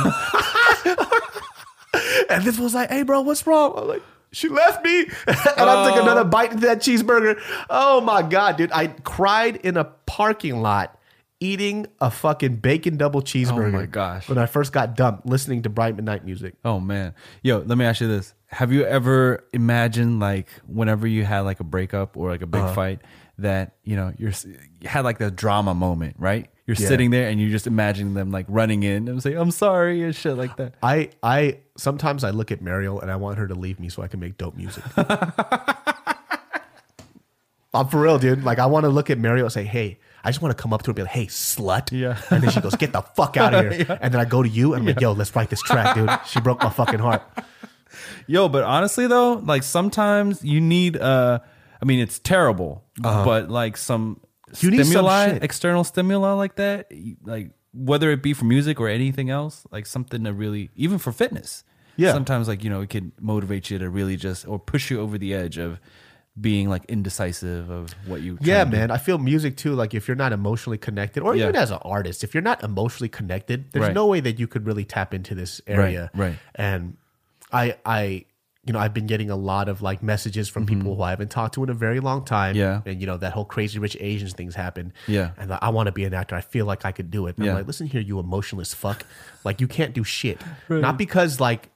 A: and this was like, hey, bro, what's wrong? I'm like, she left me. and I took
B: Oh.
A: another bite into that cheeseburger. Oh my God, dude. I cried in a parking lot eating a fucking bacon double cheeseburger.
B: Oh my gosh.
A: When I first got dumped listening to Bright Midnight music.
B: Oh man. Yo, let me ask you this. Have you ever imagined like whenever you had like a breakup or like a big fight that, you know, you're s- you had like the drama moment, right? You're sitting there and you're just imagining them like running in and saying, I'm sorry and shit like that.
A: I I sometimes I look at Mariel and I want her to leave me so I can make dope music. I'm for real, dude. Like I want to look at Mariel and say, "Hey, I just want to come up to her and be like, "Hey, slut."
B: Yeah.
A: And then she goes, "Get the fuck out of here." And then I go to you and I'm like, "Yo, let's write this track, dude." She broke my fucking heart.
B: Yo, but honestly though, like sometimes you need uh I mean it's terrible, but like some
A: Uh-huh. You need some
B: stimuli,
A: shit.
B: external stimuli like that, you- like whether it be for music or anything else, like something to really even for fitness.
A: Yeah.
B: Sometimes like, you know, it can motivate you to really just or push you over the edge of being like indecisive of what you
A: Yeah,
B: trying to do.
A: man. I feel music too. Like if you're not emotionally connected, or
B: Yeah.
A: even as an artist, if you're not emotionally connected, there's
B: Right.
A: no way that you could really tap into this area.
B: right.
A: And I, I, you know, I've been getting a lot of like messages from people who I haven't talked to in a very long time.
B: Mm-hmm. Yeah.
A: And you know that whole crazy rich Asians things happen.
B: Yeah.
A: And like, I want to be an actor. I feel like I could do it. And
B: Yeah.
A: I'm like, listen here, you emotionless fuck. like you can't do shit. Not because like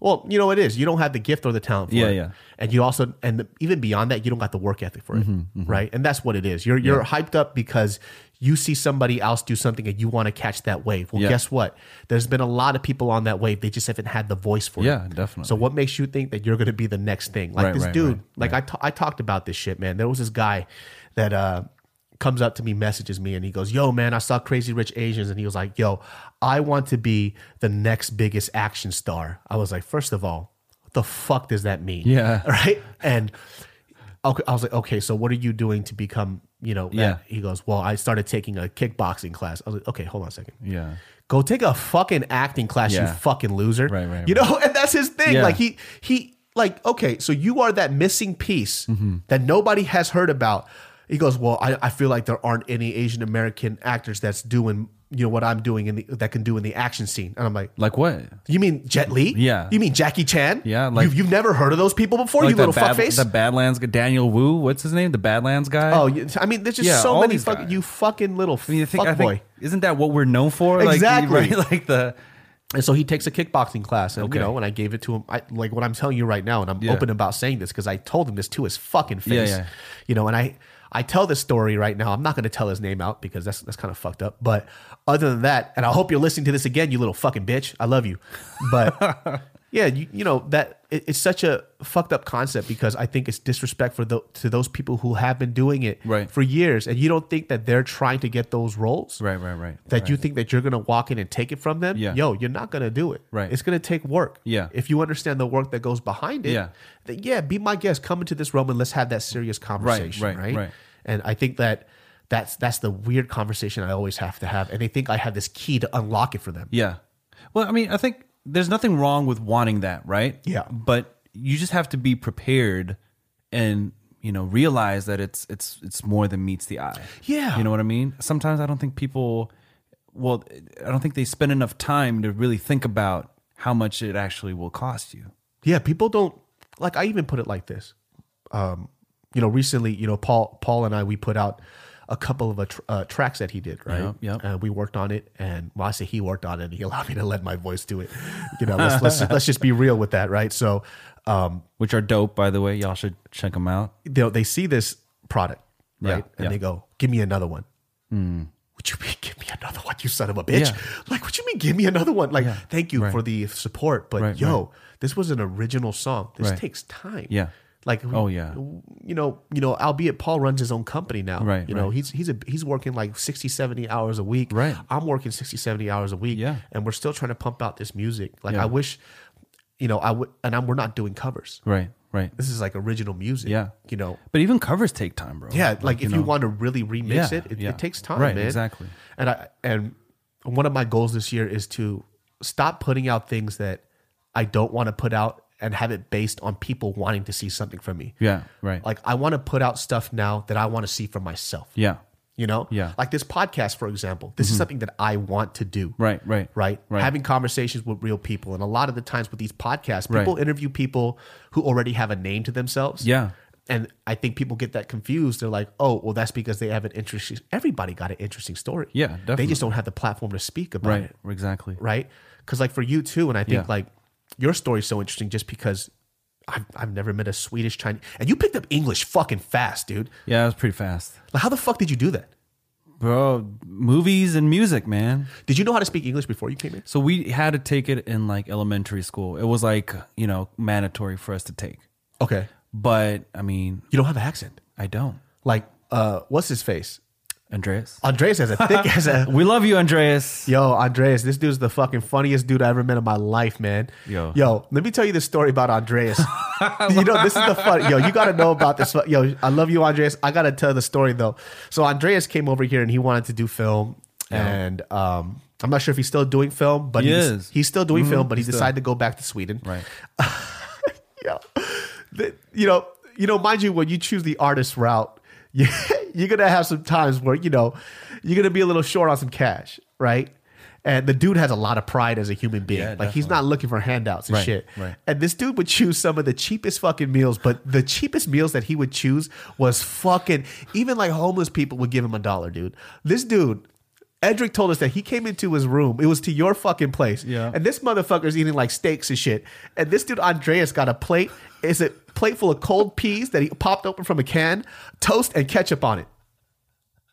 A: well, you know it is. You don't have the gift or the talent for
B: Yeah,
A: it.
B: yeah.
A: And you also and the, even beyond that, you don't got the work ethic for it,
B: Mm-hmm,
A: right? And that's what it is. You're you're hyped up because you see somebody else do something and you want to catch that wave. Well,
B: Yeah.
A: guess what? There's been a lot of people on that wave. They just haven't had the voice for it.
B: Yeah, definitely.
A: So what makes you think that you're going to be the next thing? Like
B: Right,
A: this
B: right,
A: dude.
B: right,
A: like I ta- I talked about this shit, man. There was this guy that uh comes up to me, messages me, and he goes, "Yo, man, I saw Crazy Rich Asians," and he was like, "Yo, I want to be the next biggest action star." I was like, first of all, what the fuck does that mean?
B: Yeah.
A: right. And okay, I was like, okay, so what are you doing to become? You know, that?"
B: Yeah.
A: He goes, well, I started taking a kickboxing class. I was like, okay, hold on a second
B: Yeah.
A: go take a fucking acting class,
B: Yeah.
A: you fucking loser.
B: Right, right,
A: You know, and that's his thing.
B: Yeah.
A: Like he he like okay, so you are that missing piece
B: Mm-hmm.
A: that nobody has heard about. He goes, well, I, I feel like there aren't any Asian American actors that's doing you know what I'm doing in the that can do in the action scene, and I'm like.
B: Like what?
A: You mean Jet Li?
B: Yeah.
A: You mean Jackie Chan?
B: Yeah, like-
A: you've, you've never heard of those people before,
B: Like
A: you little
B: Bad-
A: fuckface.
B: the Badlands guy, Daniel Wu, what's his name? The Badlands guy?
A: oh, you- I mean, there's just
B: Yeah,
A: so
B: all
A: many
B: these
A: fucking
B: guys.
A: you fucking little
B: I mean, I think, I
A: fuck boy.
B: think isn't that what we're known for? Like,
A: Exactly.
B: right? Like the
A: And so he takes a kickboxing class, and
B: Okay.
A: you know, and I gave it to him. I, like what I'm telling you right now, and I'm
B: Yeah.
A: open about saying this because I told him this to his fucking face.
B: yeah.
A: You know, and I I tell this story right now. I'm not going to tell his name out because that's that's kind of fucked up. But other than that, and I hope you're listening to this again, you little fucking bitch. I love you, but yeah, you, you know that it, it's such a fucked up concept because I think it's disrespect for the, to those people who have been doing it
B: Right.
A: for years, and you don't think that they're trying to get those roles
B: Right, right, right.
A: that
B: right.
A: you think that you're going to walk in and take it from them,
B: Yeah.
A: yo, you're not going to do it.
B: Right.
A: It's going to take work.
B: Yeah.
A: If you understand the work that goes behind it,
B: Yeah.
A: then yeah, be my guest. Come into this room and let's have that serious conversation. Right.
B: right, right.
A: And I think that that's that's the weird conversation I always have to have. And they think I have this key to unlock it for them.
B: Yeah. Well, I mean, I think there's nothing wrong with wanting that, right?
A: Yeah.
B: But you just have to be prepared and you know realize that it's it's it's more than meets the eye.
A: Yeah.
B: You know what I mean? Sometimes I don't think people well, I don't think they spend enough time to really think about how much it actually will cost you.
A: yeah people don't like i even put it like this um you know recently you know paul paul and i we put out a couple of uh, tr- uh, tracks that he did right
B: Yep, yep.
A: and we worked on it and well, i say he worked on it and he allowed me to lend my voice to it you know let's let's, let's just be real with that right so um
B: Which are dope, by the way. Y'all should check them out.
A: they they see this product right
B: Yeah,
A: and
B: yeah. Hmm.
A: they go give me another one What you mean, give me another one, you son of a bitch?
B: Yeah.
A: Like, what you mean, give me another one? Like, thank you for the support, but
B: Right,
A: yo, this was an original song. This
B: Right.
A: takes time.
B: Yeah.
A: Like
B: Oh, yeah.
A: you know, you know, albeit Paul runs his own company now.
B: Right,
A: You know,
B: right.
A: he's he's a, he's working like 60, 70 hours a week.
B: Right.
A: I'm working 60, 70 hours a week.
B: Yeah.
A: And we're still trying to pump out this music. Like
B: Yeah.
A: I wish, you know, I would and I'm we're not doing covers.
B: Right, right.
A: This is like original music.
B: Yeah.
A: You know.
B: But even covers take time, bro.
A: Yeah, like, if you,
B: know.
A: want to really remix
B: Yeah,
A: it, it,
B: yeah.
A: it takes time,
B: Right,
A: man.
B: exactly.
A: And I and one of my goals this year is to stop putting out things that I don't want to put out and have it based on people wanting to see something from me.
B: Yeah, right.
A: Like I want to put out stuff now that I want to see for myself.
B: yeah,
A: You know?
B: Yeah. Mm-hmm.
A: Like this podcast, for example. This is something that I want to do.
B: right, right,
A: Right?
B: right.
A: Having conversations with real people. And a lot of the times with these podcasts,
B: Right.
A: people interview people who already have a name to themselves.
B: Yeah.
A: And I think people get that confused. They're like, oh, well, that's because they have an interesting everybody got an interesting story.
B: Yeah,
A: They
B: definitely.
A: just don't have the platform to speak about
B: right,
A: it.
B: exactly.
A: Right? Because like for you too, and I think
B: Yeah.
A: like your story's so interesting just because I've, I've never met a Swedish Chinese and you picked up English fucking fast, dude.
B: Yeah, it was pretty fast,
A: Like how the fuck did you do that?
B: bro. Movies and music, man.
A: Did you know how to speak English before you came here?
B: So we had to take it in like elementary school. It was like you know mandatory for us to take.
A: Okay.
B: But I mean,
A: You don't have an accent.
B: I don't,
A: Like, uh, what's his face?
B: Andreas.
A: Andreas has a thick as a.
B: We love you, Andreas.
A: Yo, Andreas, this dude's the fucking funniest dude I ever met in my life, man.
B: Yo.
A: yo, let me tell you the story about Andreas. you know, this is the fun. Yo, you gotta know about this. fu- Yo, I love you, Andreas. I gotta tell the story though. So Andreas came over here and he wanted to do film, and um, I'm not sure if he's still doing film, but
B: He
A: he's,
B: is. Mm-hmm.
A: he's still doing film, but he decided to go back to Sweden.
B: Right.
A: Yeah, The- you know, you know, mind you, when you choose the artist route, you, you're gonna have some times where you know you're gonna be a little short on some cash, right? And the dude has a lot of pride as a human being.
B: Yeah,
A: like he's not looking for handouts and
B: Right,
A: shit.
B: right.
A: And this dude would choose some of the cheapest fucking meals, but the cheapest meals that he would choose was fucking even like homeless people would give him a dollar, dude. This dude, Edric told us that he came into his room. It was to your fucking place.
B: Yeah.
A: And this motherfucker's eating like steaks and shit. And this dude Andreas got a plate. It's a plate full of cold peas that he popped open from a can, toast and ketchup on it.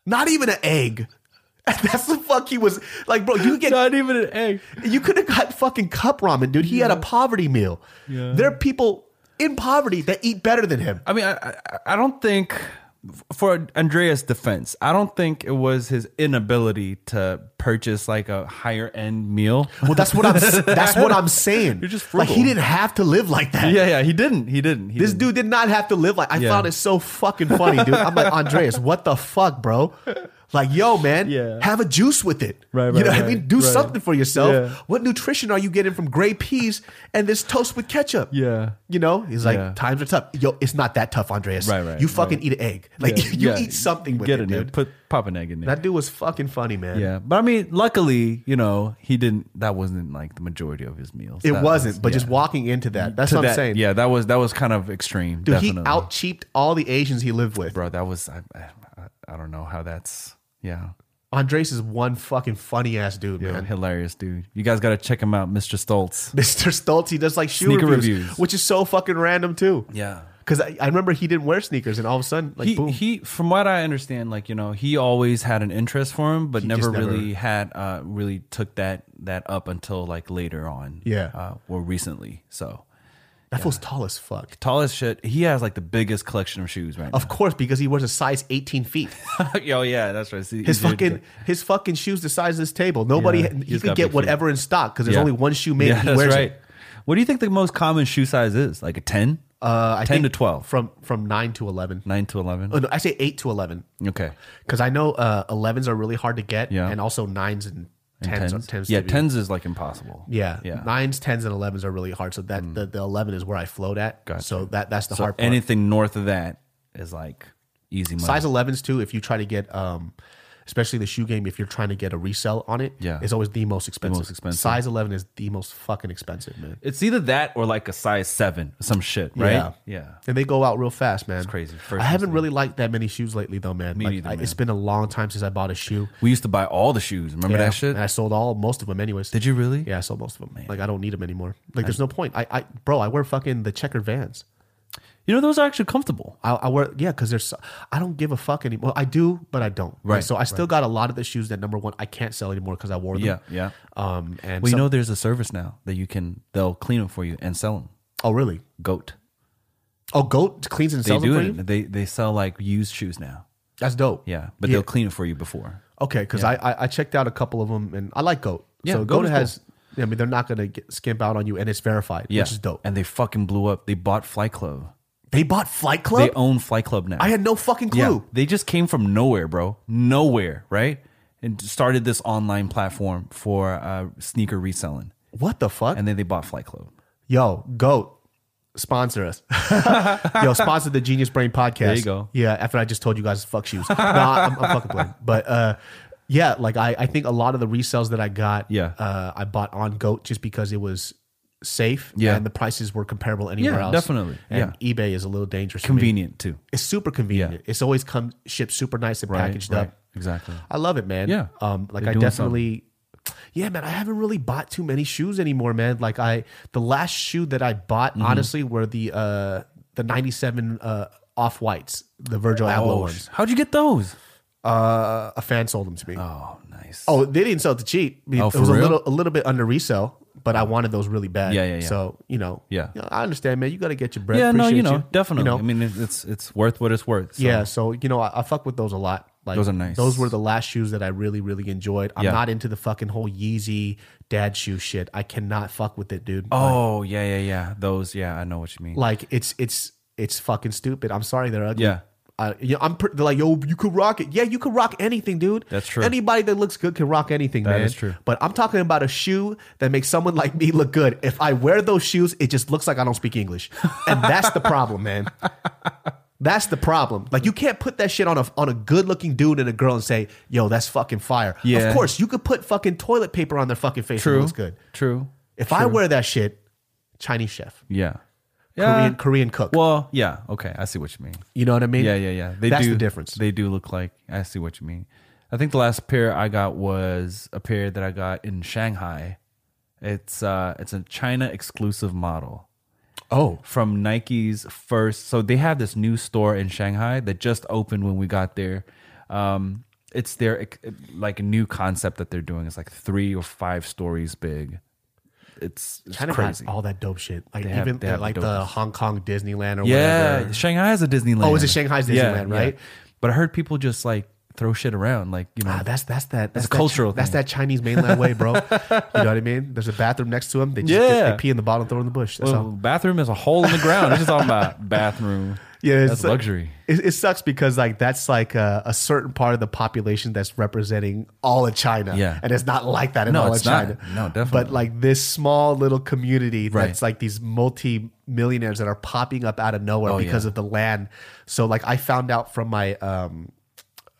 A: Not even an egg. And that's the fuck he was like, bro. You get
B: Not even an egg.
A: you could have got fucking cup ramen, dude. He had a poverty meal.
B: Yeah.
A: There are people in poverty that eat better than him.
B: I mean, I, I, I don't think, for Andreas' defense, I don't think it was his inability to purchase like a higher end meal.
A: Well, that's what I'm. s- that's what I'm saying.
B: You're just
A: like he
B: frugal.
A: didn't have to live like that.
B: yeah, yeah, he didn't. He didn't. He
A: This
B: didn't.
A: dude did not have to live like. I
B: Yeah.
A: found it so fucking funny, dude. I'm like Andreas, what the fuck, bro? Like, yo, man,
B: Yeah.
A: have a juice with it.
B: Right,
A: You
B: right,
A: know what I
B: right,
A: mean? Do
B: right.
A: something for yourself.
B: Yeah.
A: What nutrition are you getting from gray peas and this toast with ketchup?
B: Yeah.
A: You know, he's like,
B: Yeah.
A: times are tough. Yo, it's not that tough, Andreas.
B: Right, right,
A: You fucking
B: right.
A: eat an egg. Like,
B: Yeah,
A: you
B: yeah.
A: eat something with
B: Get
A: it,
B: in
A: dude.
B: there. Put pop an egg in there.
A: That dude was fucking funny, man.
B: yeah, but I mean, luckily, you know, he didn't. That wasn't like the majority of his meals.
A: It
B: That
A: wasn't, but just
B: yeah.
A: walking into that. That's
B: To
A: what I'm
B: that-
A: saying.
B: Yeah, that was that was kind of extreme.
A: Dude,
B: definitely.
A: he out cheaped all the Asians he lived with.
B: bro. That was I, I. I don't know how that's. Yeah,
A: Andres is one fucking funny ass dude, man.
B: hilarious, dude. You guys got to check him out, Mr. Stoltz.
A: Mr. Stoltz, he does like shoe
B: Sneaker
A: reviews,
B: reviews.
A: which is so fucking random too.
B: Yeah.
A: Because I, I remember he didn't wear sneakers, and all of a sudden, like
B: he,
A: boom,
B: he from what i understand like you know he always had an interest for him but never
A: just never-
B: really had uh really took that that up until like later on
A: Yeah.
B: uh or recently so
A: that fool's tall as fuck.
B: tall as shit he has like the biggest collection of shoes right
A: Of course, because he wears a size eighteen feet.
B: now oh yeah that's right See,
A: His
B: he's-
A: fucking his fucking shoes the size of this table. Nobody
B: Yeah,
A: he
B: he's
A: could
B: got
A: get
B: big feet.
A: whatever in stock because there's
B: Yeah.
A: only one shoe made.
B: yeah
A: and he
B: that's
A: wears
B: right
A: it.
B: what do you think the most common shoe size is like a 10
A: Uh, I
B: 10 to
A: think
B: 12
A: from from nine to eleven.
B: 9 to 11
A: Oh, no, I say eight to eleven
B: okay
A: because I know uh, 11s are really hard to get,
B: Yeah.
A: and also nines and
B: And
A: tens.
B: tens?
A: Are, tends
B: yeah
A: to be-
B: tens is like impossible
A: Yeah.
B: yeah Hmm.
A: nines, tens, and elevens are really hard. So that the, the eleven is where I float at.
B: Gotcha.
A: So that that's the
B: so
A: hard part.
B: anything north of that is like easy money
A: Size elevens too. If you try to get, um, especially the shoe game, if you're trying to get a resell on it,
B: Yeah.
A: it's always the most expensive.
B: most expensive.
A: Size eleven is the most fucking expensive, man.
B: It's either that or like a size seven, some shit, right?
A: Yeah. And they go out real fast, man. It's
B: crazy. First
A: I haven't
B: thing.
A: really liked that many shoes lately, though, man. Me like,
B: neither,
A: I-
B: man.
A: It's been a long time since I bought a shoe.
B: We used to buy all the shoes. Remember
A: Yeah.
B: that shit?
A: And I sold all most of them, anyways.
B: Did you really?
A: Yeah, I sold most of them. Like I don't need them anymore. Like there's no point. I, I, bro, I wear fucking the checkered Vans.
B: You know, those are actually comfortable.
A: I, I wear yeah because there's I don't give a fuck anymore. I do, but I don't.
B: Right,
A: So I still got a lot of the shoes that number one I can't sell anymore because I wore them.
B: Yeah, yeah.
A: Um. And
B: Well, you
A: some-
B: know, there's a service now that you can, they'll clean them for you and sell them.
A: oh really?
B: Goat.
A: Oh, goat cleans and
B: They
A: sells them
B: do
A: for
B: it.
A: you.
B: They they sell like used shoes now.
A: That's dope.
B: Yeah, but they'll clean it for you before.
A: Okay, because I, I I checked out a couple of them and I like Goat.
B: Yeah,
A: so
B: Goat
A: Goat,
B: is
A: has. I mean, they're not gonna get, skimp out on you, and it's verified,
B: Yeah,
A: which is dope.
B: And they fucking blew up. They bought Flight Club.
A: They bought Flight Club.
B: They own Flight Club now.
A: Oh. I had no fucking
B: Yeah,
A: clue.
B: they just came from nowhere, bro. Nowhere, right? And started this online platform for uh, sneaker reselling,
A: What the fuck?
B: and then they bought Flight Club.
A: Yo, Goat, sponsor us. Yo, sponsor the Genius Brain podcast. There
B: you go.
A: Yeah, after I just told you guys fuck shoes. no, I'm, I'm fucking playing. But uh, yeah, like I, I think a lot of the resells that I got,
B: Yeah.
A: uh, I bought on Goat just because it was safe
B: Yeah.
A: and the prices were comparable anywhere
B: Yeah,
A: else.
B: definitely.
A: And eBay is a little dangerous. for me.
B: Convenient too,
A: It's super convenient. It's always come shipped super nice and
B: right?
A: packaged
B: Right.
A: up.
B: Exactly.
A: I love it, man.
B: Yeah.
A: Um, like
B: They're
A: I
B: doing
A: definitely Yeah, man, I haven't really bought too many shoes anymore, man. Like I the last shoe that I bought
B: Mm-hmm.
A: honestly were the uh the 97 uh off whites, the Virgil Abloh ones.
B: Oh, how'd you get those?
A: Uh a fan sold them to me. Oh,
B: Oh, nice. Oh,
A: they didn't sell it to cheap. It,
B: for
A: was
B: real? Oh.
A: a little a little bit under resell, but I wanted those really bad.
B: Yeah, yeah, yeah.
A: So, you know,
B: Yeah.
A: you know, I understand, man. You got to get your bread.
B: yeah, no,
A: Appreciate
B: you know,
A: you.
B: definitely.
A: know?
B: I mean, it- it's it's worth what it's worth. So.
A: Yeah, so you know, I, I fuck with those a lot. Like
B: Those are nice.
A: Those were the last shoes that I really, really enjoyed. I'm
B: Yeah.
A: not into the fucking whole Yeezy dad shoe shit. I cannot fuck with it, dude.
B: Oh, yeah, yeah, yeah. Those, yeah, I know what you mean.
A: Like it's it's it's fucking stupid. I'm sorry, they're ugly.
B: Yeah.
A: I, you know, I'm pr- they're like, yo, you could rock it. Yeah, you could rock anything, dude.
B: That's true.
A: Anybody that looks good can rock anything, man.
B: is true.
A: But I'm talking about a shoe that makes someone like me look good. If I wear those shoes, it just looks like I don't speak English, and that's the problem, man. That's the problem. Like you can't put that shit on a on a good looking dude and a girl and say, "Yo, that's fucking fire."
B: Yeah.
A: Of course, you could put fucking toilet paper on their fucking face. and It
B: true.
A: looks good.
B: True.
A: If I wear that shit, Chinese chef,
B: Yeah.
A: Korean Korean cook.
B: Well, yeah. Okay, I see what you mean.
A: you know what I mean?
B: Yeah, yeah, yeah. They
A: That's
B: do,
A: the difference.
B: They do look like. I see what you mean. I think the last pair I got was a pair that I got in Shanghai. It's uh, it's a China exclusive model
A: oh,
B: from Nike's first. So they have this new store in Shanghai that just opened when we got there. Um, it's their like new concept that they're doing. It's like three or five stories big. It's, it's
A: China
B: crazy.
A: got all that dope shit. Like
B: have-
A: even
B: they have
A: like
B: dope
A: the
B: shit.
A: Hong Kong Disneyland or
B: Yeah,
A: whatever.
B: Shanghai has a Disneyland.
A: Oh, is it Shanghai's Disneyland, right?
B: But I heard people just like throw shit around, like you know.
A: Ah, that's that's that that's
B: Mm. a
A: that
B: cultural
A: Chi- that's
B: thing.
A: that Chinese mainland way, bro. you know what I mean? There's a bathroom next to them. They just
B: Yeah.
A: they pee in the bottle, and throw it in the bush. That's
B: well,
A: all.
B: bathroom is a hole in the ground. It's just talking about bathroom.
A: Yeah,
B: that's
A: it's like-
B: luxury.
A: It, it sucks because like that's like a, a certain part of the population that's representing all of China.
B: Yeah.
A: and it's not like that in
B: No,
A: all
B: it's
A: of China.
B: not. No, definitely.
A: But like this small little community
B: Right.
A: that's like these multi millionaires that are popping up out of nowhere because
B: Oh, yeah.
A: of the land. So like I found out from my um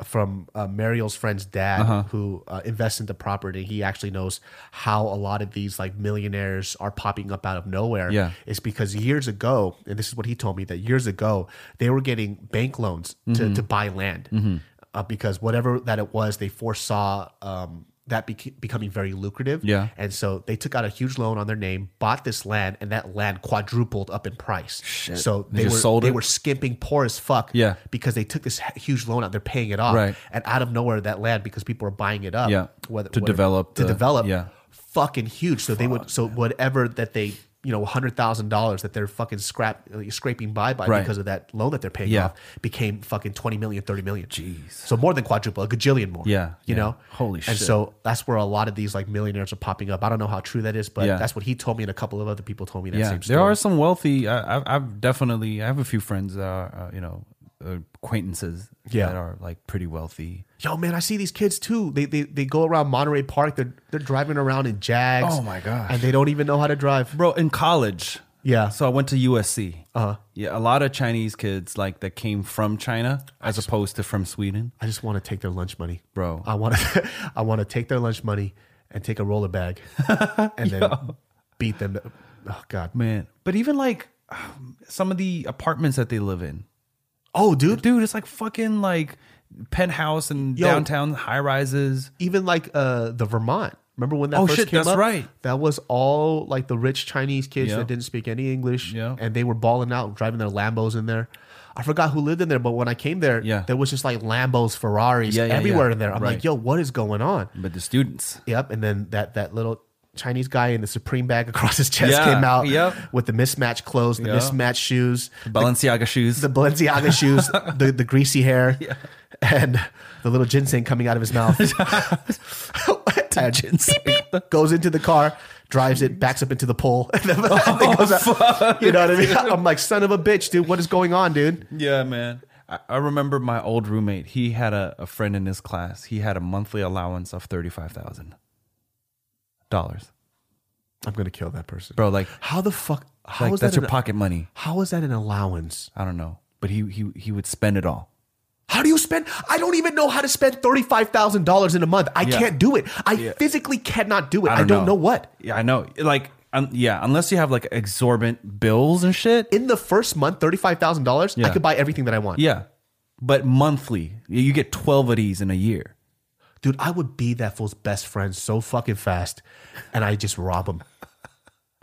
A: from uh, Mariel's friend's dad
B: Uh-huh.
A: who uh, invests in the property. He actually knows how a lot of these like millionaires are popping up out of nowhere.
B: Yeah.
A: It's because years ago, and this is what he told me that years ago, they were getting bank loans to,
B: Mm-hmm.
A: to buy land uh, because whatever that it was, they foresaw um, that bec- becoming very lucrative.
B: Yeah.
A: And so they took out a huge loan on their name, bought this land, and that land quadrupled up in price. So
B: They
A: they,
B: just
A: were,
B: sold
A: they
B: it?
A: were skimping poor as fuck
B: Yeah.
A: because they took this h- huge loan out. They're paying it off.
B: Right.
A: And out of nowhere, that land, because people are buying it up
B: Yeah.
A: whether-
B: To
A: whether-
B: develop
A: to
B: the-
A: develop
B: yeah.
A: fucking huge. So they would so whatever that they you know hundred thousand dollars that they're fucking scrap scraping by by
B: Right.
A: because of that loan that they're paying
B: Yeah.
A: off became fucking 20 million, 30 million. Jeez. So more than quadruple, a gajillion more.
B: Yeah,
A: You
B: yeah.
A: know?
B: Holy
A: And
B: shit.
A: so that's where a lot of these like millionaires are popping up. I don't know how true that is, but
B: Yeah.
A: that's what he told me and a couple of other people told me that
B: Yeah,
A: same story.
B: there are some wealthy. I, I've, I've definitely. I have a few friends that are, uh, you know, uh, acquaintances
A: Yeah.
B: that are like pretty wealthy.
A: Yo, man, I see these kids too. They they, they go around Monterey Park. They're they're driving around in Jags.
B: Oh my gosh.
A: And they don't even know how to drive.
B: bro in college
A: Yeah.
B: so i went to usc uh-huh yeah a lot of chinese kids like that came from china as opposed to from sweden
A: I just want to take their lunch money,
B: Bro.
A: I want to I want to take their lunch money and take a roller bag and then beat them. To, oh God.
B: man but even like some of the apartments that they live in
A: Oh, dude.
B: dude it's like fucking like penthouse and
A: Yo.
B: downtown high rises
A: Even like uh the Vermont. Remember when that
B: Oh,
A: first
B: shit,
A: came
B: that's
A: up?
B: right.
A: That was all like the rich Chinese kids
B: Yeah.
A: that didn't speak any English,
B: Yeah.
A: and they were balling out, driving their Lambos in there. I forgot who lived in there, but when I came there,
B: Yeah.
A: there was just like Lambos, Ferraris
B: Yeah, yeah,
A: everywhere
B: yeah.
A: in there. I'm like,
B: Right.
A: yo, what is going on?
B: but the students
A: Yep. And then that that little Chinese guy in the Supreme bag across his chest
B: Yeah,
A: came out
B: yep.
A: with the mismatched clothes, the
B: Yeah.
A: mismatched shoes,
B: Balenciaga shoes.
A: the Balenciaga shoes, the, the greasy hair, and the little ginseng coming out of his mouth. And beep, beep, goes into the car, drives it, backs up into the pole. and then
B: Oh,
A: goes out. You know what I mean? I'm like, son of a bitch, dude. What is going on, dude?
B: Yeah, man. I, I remember my old roommate. He had a, a friend in his class. He had a monthly allowance of thirty five thousand dollars,
A: I'm gonna kill that person.
B: bro. Like,
A: How the fuck? How is
B: like
A: that
B: that's your
A: an-
B: pocket money.
A: How is that an allowance?
B: I don't know, but he he he would spend it all.
A: How do you spend? I don't even know how to spend thirty five thousand dollars in a month. I can't do it. I physically cannot do it. I don't, know. what.
B: Yeah, I know. Like, um, yeah, unless you have like exorbitant bills and shit.
A: In the first month, thirty five thousand dollars, I
B: Yeah.
A: could buy everything that I want.
B: yeah, but monthly, you get twelve of these in a year.
A: Dude, I would be that fool's best friend so fucking fast, and I just rob him.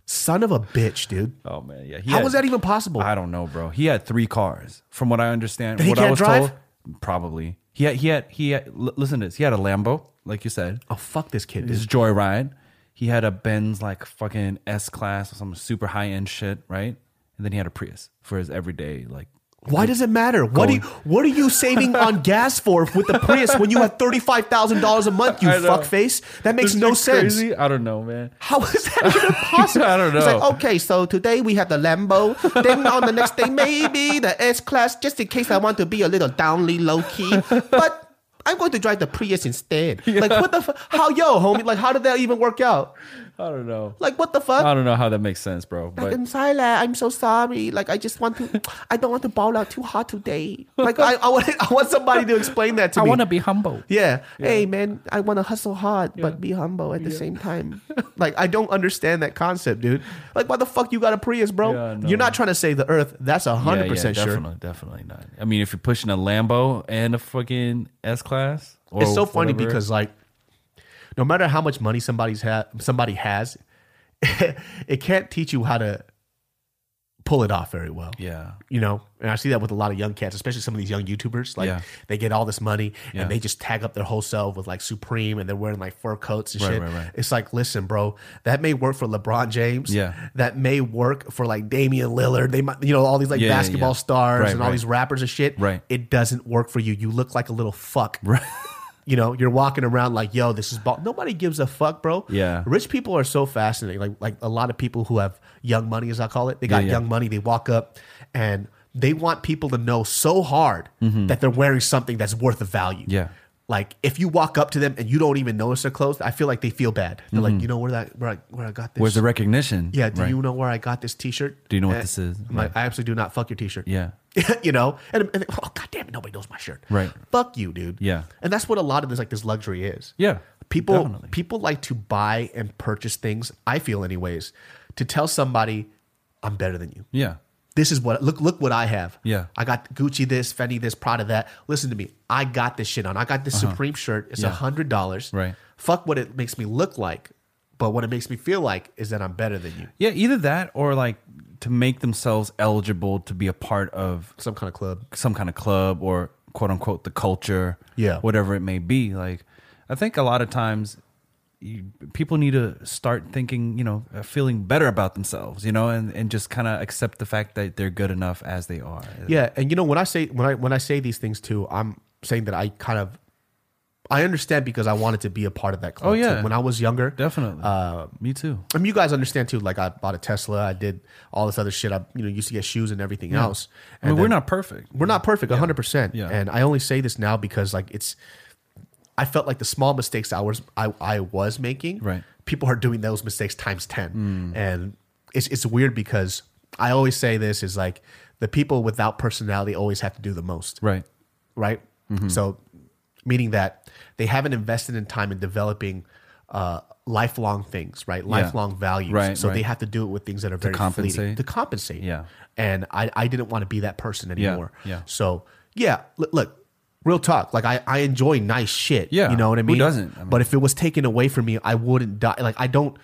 A: Son of a bitch, dude.
B: Oh man, yeah. He
A: How
B: had-
A: was that even possible?
B: I don't know, bro. He had three cars, from what I understand.
A: he
B: what I
A: can't
B: was
A: drive?
B: told, probably. He had, he had, he had. l- Listen to this. He had a Lambo, like you said.
A: oh fuck this kid, dude.
B: His joyride. He had a Benz, like fucking S class or some super high end shit, right? And then he had a Prius for his everyday, like.
A: Why does it matter? What do you, what are you saving on gas for with the Prius when you have thirty five thousand dollars a month? You
B: I know.
A: fuckface. That makes no sense.
B: I don't know, man.
A: How is that even possible?
B: I don't
A: It's
B: know.
A: like, okay, so today we have the Lambo. then on the next day, maybe the S Class, just in case I want to be a little downly low key. But I'm going to drive the Prius instead. Like, what the fuck? How, yo, homie? Like, how did that even work out?
B: I don't know.
A: Like, what the fuck?
B: I don't know how that makes sense, bro. But
A: I'm sorry, I'm so sorry. Like, I just want to, I don't want to ball out too hard today. Like, I, I, want, I want somebody to explain that to me.
B: be humble.
A: Yeah. Hey, man, I want to hustle hard, but be humble at the same time. like, I don't understand that concept, dude. Like, why the fuck you got a Prius, bro?
B: Yeah, I know.
A: You're not trying to save the earth. That's a 100% sure.
B: Definitely, definitely not. I mean, if you're pushing a Lambo and a fucking S class,
A: It's so funny because, like, no matter how much money somebody's ha- somebody has, it can't teach you how to pull it off very well.
B: yeah,
A: You know, and I see that with a lot of young cats, especially some of these young YouTubers. Like,
B: Yeah.
A: they get all this money
B: Yeah.
A: and they just tag up their whole self with like Supreme and they're wearing like fur coats and
B: Right,
A: shit.
B: right, right.
A: It's like, listen, bro, that may work for LeBron James.
B: Yeah.
A: That may work for like Damian Lillard. They might, you know, all these like
B: Yeah, yeah,
A: basketball
B: yeah.
A: stars
B: Right,
A: and all
B: right.
A: these rappers and shit.
B: Right.
A: It doesn't work for you. You look like a little fuck.
B: Right.
A: You know, you're walking around like, yo, this is ball. Nobody gives a fuck, bro.
B: Yeah.
A: Rich people are so fascinating. Like, like a lot of people who have young money, as I call it, they got
B: Yeah, yeah.
A: young money. They walk up and they want people to know so hard that they're wearing something that's worth the value.
B: Mm-hmm. Yeah.
A: Like if you walk up to them and you don't even notice their clothes, I feel like they feel bad. They're like, you know where that where I, where I got this?
B: Mm-hmm. where's the recognition?
A: yeah? Do
B: Right.
A: you know where I got this T-shirt?
B: Do you know what
A: And
B: this is?
A: I'm like, I absolutely do not. Fuck your T-shirt.
B: Yeah.
A: you know, and, and oh god damn it, nobody knows my shirt.
B: Right.
A: Fuck you, dude.
B: Yeah.
A: And that's what a lot of this like this luxury is.
B: Yeah.
A: People
B: Definitely.
A: people like to buy and purchase things. I feel anyways to tell somebody I'm better than you.
B: Yeah.
A: This is what look look what I have.
B: Yeah.
A: I got Gucci this, Fendi this, Prada that. Listen to me. I got this shit on. I got this Supreme shirt. It's a
B: Uh-huh. Yeah.
A: hundred dollars.
B: Right.
A: Fuck what it makes me look like, but what it makes me feel like is that I'm better than you.
B: Yeah. Either that or like to make themselves eligible to be a part of
A: Some kind of club.
B: some kind of club or quote unquote the culture,
A: Yeah.
B: whatever it may be. Like, I think a lot of times you, people need to start thinking, you know, uh, feeling better about themselves, you know, and, and just kind of accept the fact that they're good enough as they are.
A: Yeah, and you know when I say when I when I say these things too, I'm saying that I kind of I understand because I wanted to be a part of that club.
B: Oh, yeah.
A: too. when I was younger,
B: Definitely.
A: Uh,
B: Me too.
A: I mean, you guys understand too. Like I bought a Tesla, I did all this other shit. I you know used to get shoes and everything else.
B: I
A: And
B: mean,
A: then-
B: we're not perfect.
A: we're not perfect, hundred percent.
B: Yeah.
A: And I only say this now because like it's, I felt like the small mistakes I was I, I was making.
B: Right. Mm.
A: People are doing those mistakes times ten, and it's it's weird because I always say this is like the people without personality always have to do the most
B: Right.
A: right?
B: Mm-hmm.
A: So, meaning that they haven't invested in time in developing uh, lifelong things, right? Lifelong values.
B: Right,
A: so they
B: right.
A: have to do it with things that are very fleeting
B: compensate.
A: to compensate.
B: Yeah.
A: And I, I didn't want to be that person anymore.
B: yeah.
A: So yeah, look, look real talk. Like I, I enjoy nice shit.
B: Yeah,
A: You know what I
B: who
A: mean?
B: doesn't? I mean-
A: but if it was taken away from me, I wouldn't die. Like I don't.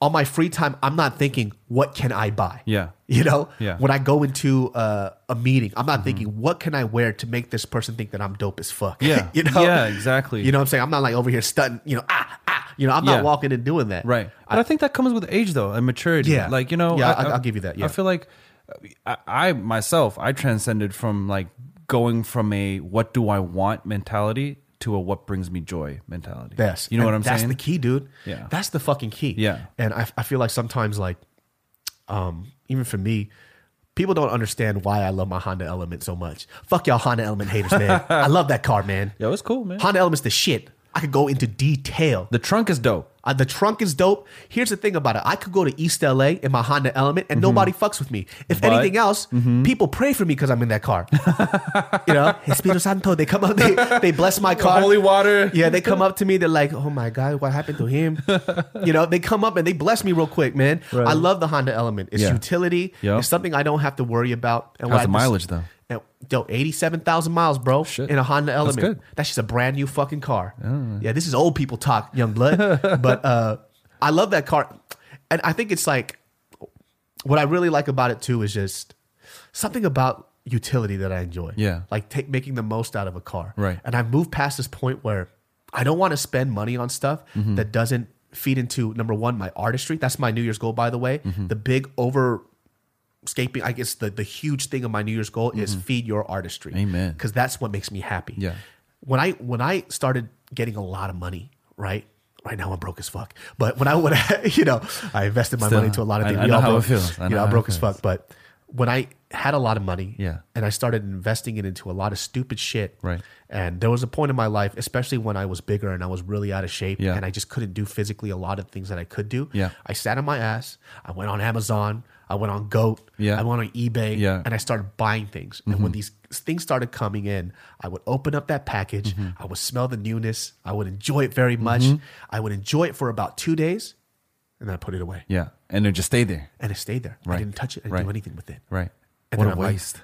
A: On my free time, I'm not thinking what can I buy.
B: Yeah.
A: You know,
B: Yeah. Mm-hmm.
A: when I go into uh, a meeting, I'm not thinking what can I wear to make this person think that I'm dope as fuck.
B: Yeah.
A: you know.
B: Yeah, exactly.
A: You know what I'm saying? I'm not like over here stunting. You know, ah, ah. You know, I'm not
B: Yeah.
A: walking and doing that.
B: Right. But I, think that comes with age though and maturity.
A: Yeah.
B: Like, you know,
A: Yeah, I- I'll give you that, yeah.
B: I feel like I, I myself, I transcended from like going from a what do I want mentality to a what brings me joy mentality.
A: Yes.
B: You know
A: And
B: what I'm
A: that's
B: saying?
A: That's the key, dude.
B: Yeah.
A: That's the fucking key.
B: Yeah.
A: And I, I feel like sometimes, like, um, even for me, people don't understand why I love my Honda Element so much. Fuck y'all Honda Element haters, man. I love that car, man.
B: Yo, it's cool, man.
A: Honda Element's the shit. I could go into detail.
B: The trunk is dope.
A: Uh, the trunk is dope. Here's the thing about it. I could go to East LA in my Honda Element and nobody fucks with me. If
B: Mm-hmm. But- mm-hmm.
A: anything else, people pray for me because I'm in that car. you know, Espírito Santo, they come up, they, they bless my car.
B: Holy water.
A: Yeah, they come up to me. They're like, "Oh my god, what happened to him?" you know, they come up and they bless me real quick, man. I love the Honda Element. It's
B: Yeah.
A: utility.
B: Yep.
A: It's something I don't have to worry about. And when
B: How's the
A: I just-
B: mileage, though?
A: And, yo, eighty-seven thousand miles, bro,
B: Shit.
A: in a Honda Element.
B: good.
A: That's just a brand new fucking car. Yeah, this is old people talk, young blood. but uh, I love that car, and I think it's like what I really like about it too is just something about utility that I enjoy.
B: Yeah.
A: like take, making the most out of a car.
B: Right.
A: And I've moved past this point where I don't want to spend money on stuff
B: Mm-hmm.
A: that doesn't feed into number one my artistry. That's my New Year's goal, by the way.
B: Mm-hmm.
A: The big over escaping i guess the, the huge thing of my new year's goal is feed your artistry
B: Mm-hmm. Amen.
A: because that's what makes me happy
B: Yeah.
A: when i when i started getting a lot of money right right now i'm broke as fuck but when i when I, you know i invested my
B: Still,
A: money into a lot of
B: I-
A: things
B: I
A: We
B: know
A: all
B: how
A: broke-
B: it feels. I
A: you
B: know
A: know i'm
B: how it
A: broke as
B: feels.
A: fuck but when i had a lot of money
B: Yeah.
A: and i started investing it into a lot of stupid shit
B: Right.
A: and there was a point in my life especially when i was bigger and i was really out of shape
B: Yeah.
A: and i just couldn't do physically a lot of things that i could do
B: Yeah.
A: i sat on my ass i went on amazon i went on goat
B: Yeah.
A: i went on eBay
B: Yeah. Mm-hmm.
A: and I started buying things. And when these things started coming in, I would open up that package.
B: Mm-hmm.
A: I would smell the newness. I would enjoy it very much. I would enjoy it for about two days and then I put it away.
B: Yeah. And it just stayed there.
A: And it stayed there. I
B: Right.
A: didn't touch it. I didn't
B: Right.
A: do anything with it.
B: Right.
A: And
B: what
A: then
B: a
A: I'm like-
B: waste.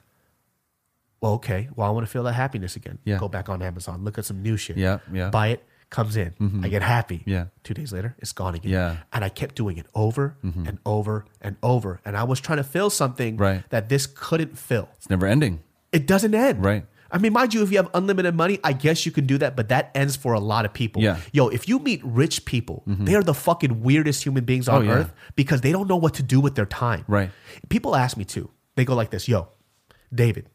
A: Well, okay. Well, I want to feel that happiness again.
B: Yeah.
A: Go back on Amazon, look at some new shit.
B: Yeah, yeah. Mm-hmm.
A: Buy it, comes in. I get happy.
B: Yeah.
A: Two days later, it's gone again.
B: Yeah. Mm-hmm.
A: And I kept doing it over and over and over. And I was trying to fill something
B: Right.
A: that this couldn't fill.
B: it's never ending.
A: it doesn't end.
B: Right.
A: I mean, mind you, if you have unlimited money, I guess you can do that, but that ends for a lot of people.
B: Yeah. Mm-hmm.
A: Yo, if you meet rich people, they are the fucking weirdest human beings on
B: Oh, yeah.
A: earth because they don't know what to do with their time.
B: Right.
A: People ask me too. They go like this, yo, David,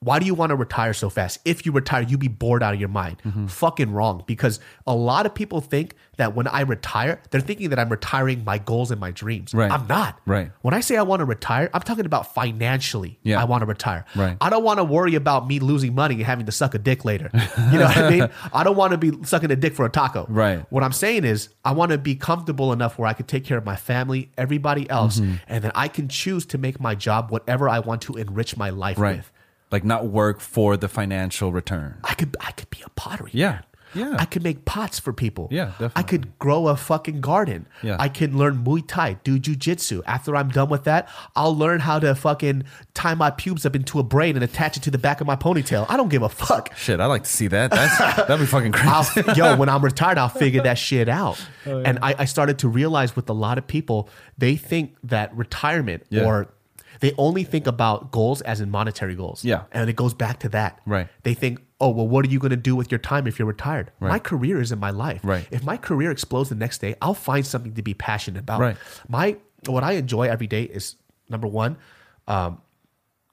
A: why do you want to retire so fast? If you retire, you be bored out of your mind.
B: Mm-hmm.
A: Fucking wrong. Because a lot of people think that when I retire, they're thinking that I'm retiring my goals and my dreams.
B: Right.
A: I'm not.
B: Right.
A: When I say I want to retire, I'm talking about financially.
B: Yeah.
A: I want to retire.
B: Right.
A: I don't want to worry about me losing money and having to suck a dick later. You know what I mean? I don't want to be sucking a dick for a taco.
B: Right.
A: What I'm saying is, I want to be comfortable enough where I can take care of my family, everybody else,
B: Mm-hmm.
A: and then I can choose to make my job whatever I want to enrich my life
B: Right.
A: with.
B: Like not work for the financial return.
A: I could I could be a pottery.
B: Yeah.
A: man.
B: Yeah.
A: I could make pots for people.
B: Yeah, definitely.
A: I could grow a fucking garden.
B: Yeah.
A: I can learn Muay Thai, do jujitsu. After I'm done with that, I'll learn how to fucking tie my pubes up into a braid and attach it to the back of my ponytail. I don't give a fuck.
B: Shit, I like to see that. That's that'd be fucking crazy.
A: I'll, yo, when I'm retired, I'll figure that shit out.
B: Oh,
A: And I, I started to realize with a lot of people, they think that retirement
B: Yeah.
A: or they only think about goals as in monetary goals.
B: Yeah.
A: And it goes back to that.
B: Right.
A: They think, oh, well, what are you going to do with your time if you're retired? My career is in my life.
B: Right.
A: If my career explodes the next day, I'll find something to be passionate about.
B: Right.
A: My what I enjoy every day is number one,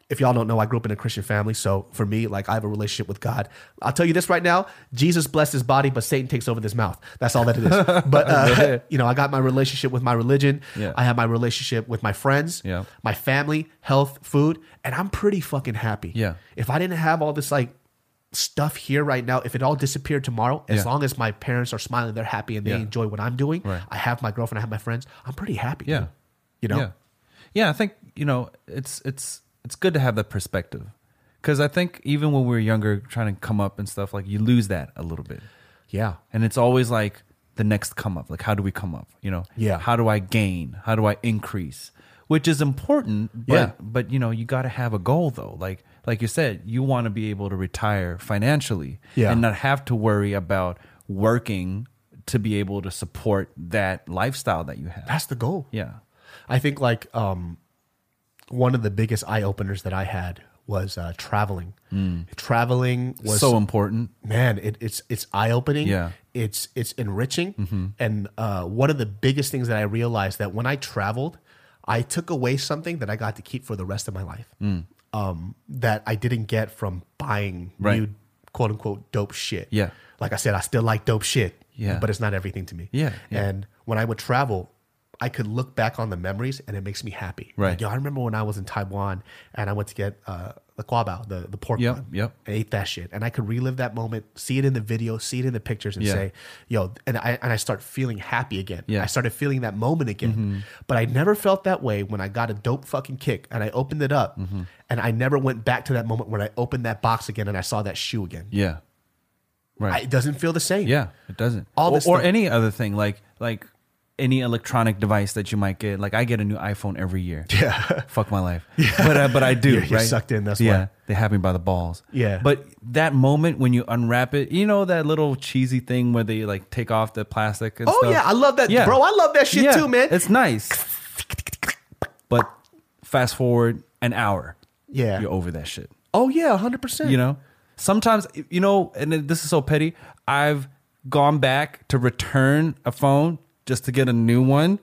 A: if y'all don't know, I grew up in a Christian family. So for me, like I have a relationship with God. I'll tell you this right now: Jesus blessed his body, but Satan takes over this mouth. That's all that it is. but uh, you know, I got my relationship with my religion.
B: Yeah.
A: I have my relationship with my friends,
B: Yeah.
A: my family, health, food, and I'm pretty fucking happy.
B: Yeah.
A: If I didn't have all this like stuff here right now, if it all disappeared tomorrow, as
B: Yeah.
A: long as my parents are smiling, they're happy, and they
B: Yeah.
A: enjoy what I'm doing,
B: Right.
A: I have my girlfriend, I have my friends. I'm pretty happy.
B: Yeah.
A: You know.
B: Yeah. Yeah, I think, you know, it's it's it's good to have that perspective. Cuz I think even when we were younger trying to come up and stuff like you lose that a little bit.
A: Yeah.
B: And it's always like the next come up. Like how do we come up, you know?
A: Yeah.
B: How do I gain? How do I increase? Which is important, but
A: Yeah.
B: but you know, you got to have a goal though. Like like you said, you want to be able to retire financially
A: Yeah.
B: and not have to worry about working to be able to support that lifestyle that you have.
A: That's the goal.
B: yeah.
A: I think like um, one of the biggest eye openers that I had was uh, traveling. Traveling was
B: so important.
A: man, it, it's it's eye opening.
B: Yeah. Mm-hmm.
A: it's it's enriching. And uh, one of the biggest things that I realized that when I traveled, I took away something that I got to keep for the rest of my life.
B: Mm.
A: Um, that I didn't get from buying
B: Right.
A: new quote unquote dope shit.
B: Yeah.
A: like I said, I still like dope shit.
B: Yeah.
A: but it's not everything to me.
B: Yeah, yeah.
A: and when I would travel. I could look back on the memories and it makes me happy.
B: Right.
A: Like, yo, I remember when I was in Taiwan and I went to get uh, the guabao, the, the pork
B: Yep,
A: bun.
B: yep.
A: I ate that shit, and I could relive that moment, see it in the video, see it in the pictures, and
B: Yeah.
A: say, "Yo," and I and I start feeling happy again.
B: Yeah. Mm-hmm.
A: I started feeling that moment again, but I never felt that way when I got a dope fucking kick and I opened it up,
B: Mm-hmm.
A: and I never went back to that moment when I opened that box again and I saw that shoe again.
B: Yeah.
A: I, it doesn't feel the same.
B: Yeah, it doesn't.
A: All
B: or,
A: this
B: or
A: stuff-
B: any other thing like like any electronic device that you might get. Like I get a new iPhone every year. Yeah, fuck my life. But uh, but I do.
A: You're- you're
B: right?
A: sucked in, that's
B: yeah.
A: why.
B: They have me by the balls.
A: Yeah.
B: But that moment when you unwrap it, you know that little cheesy thing where they like take off the plastic. And
A: Oh
B: stuff?
A: yeah, I love that,
B: Yeah.
A: bro. I love that shit
B: Yeah,
A: too, man.
B: It's nice. But fast forward an hour.
A: Yeah.
B: You're over that shit
A: oh yeah, hundred percent.
B: you know sometimes you know and then this is so petty i've gone back to return a phone just to get a new one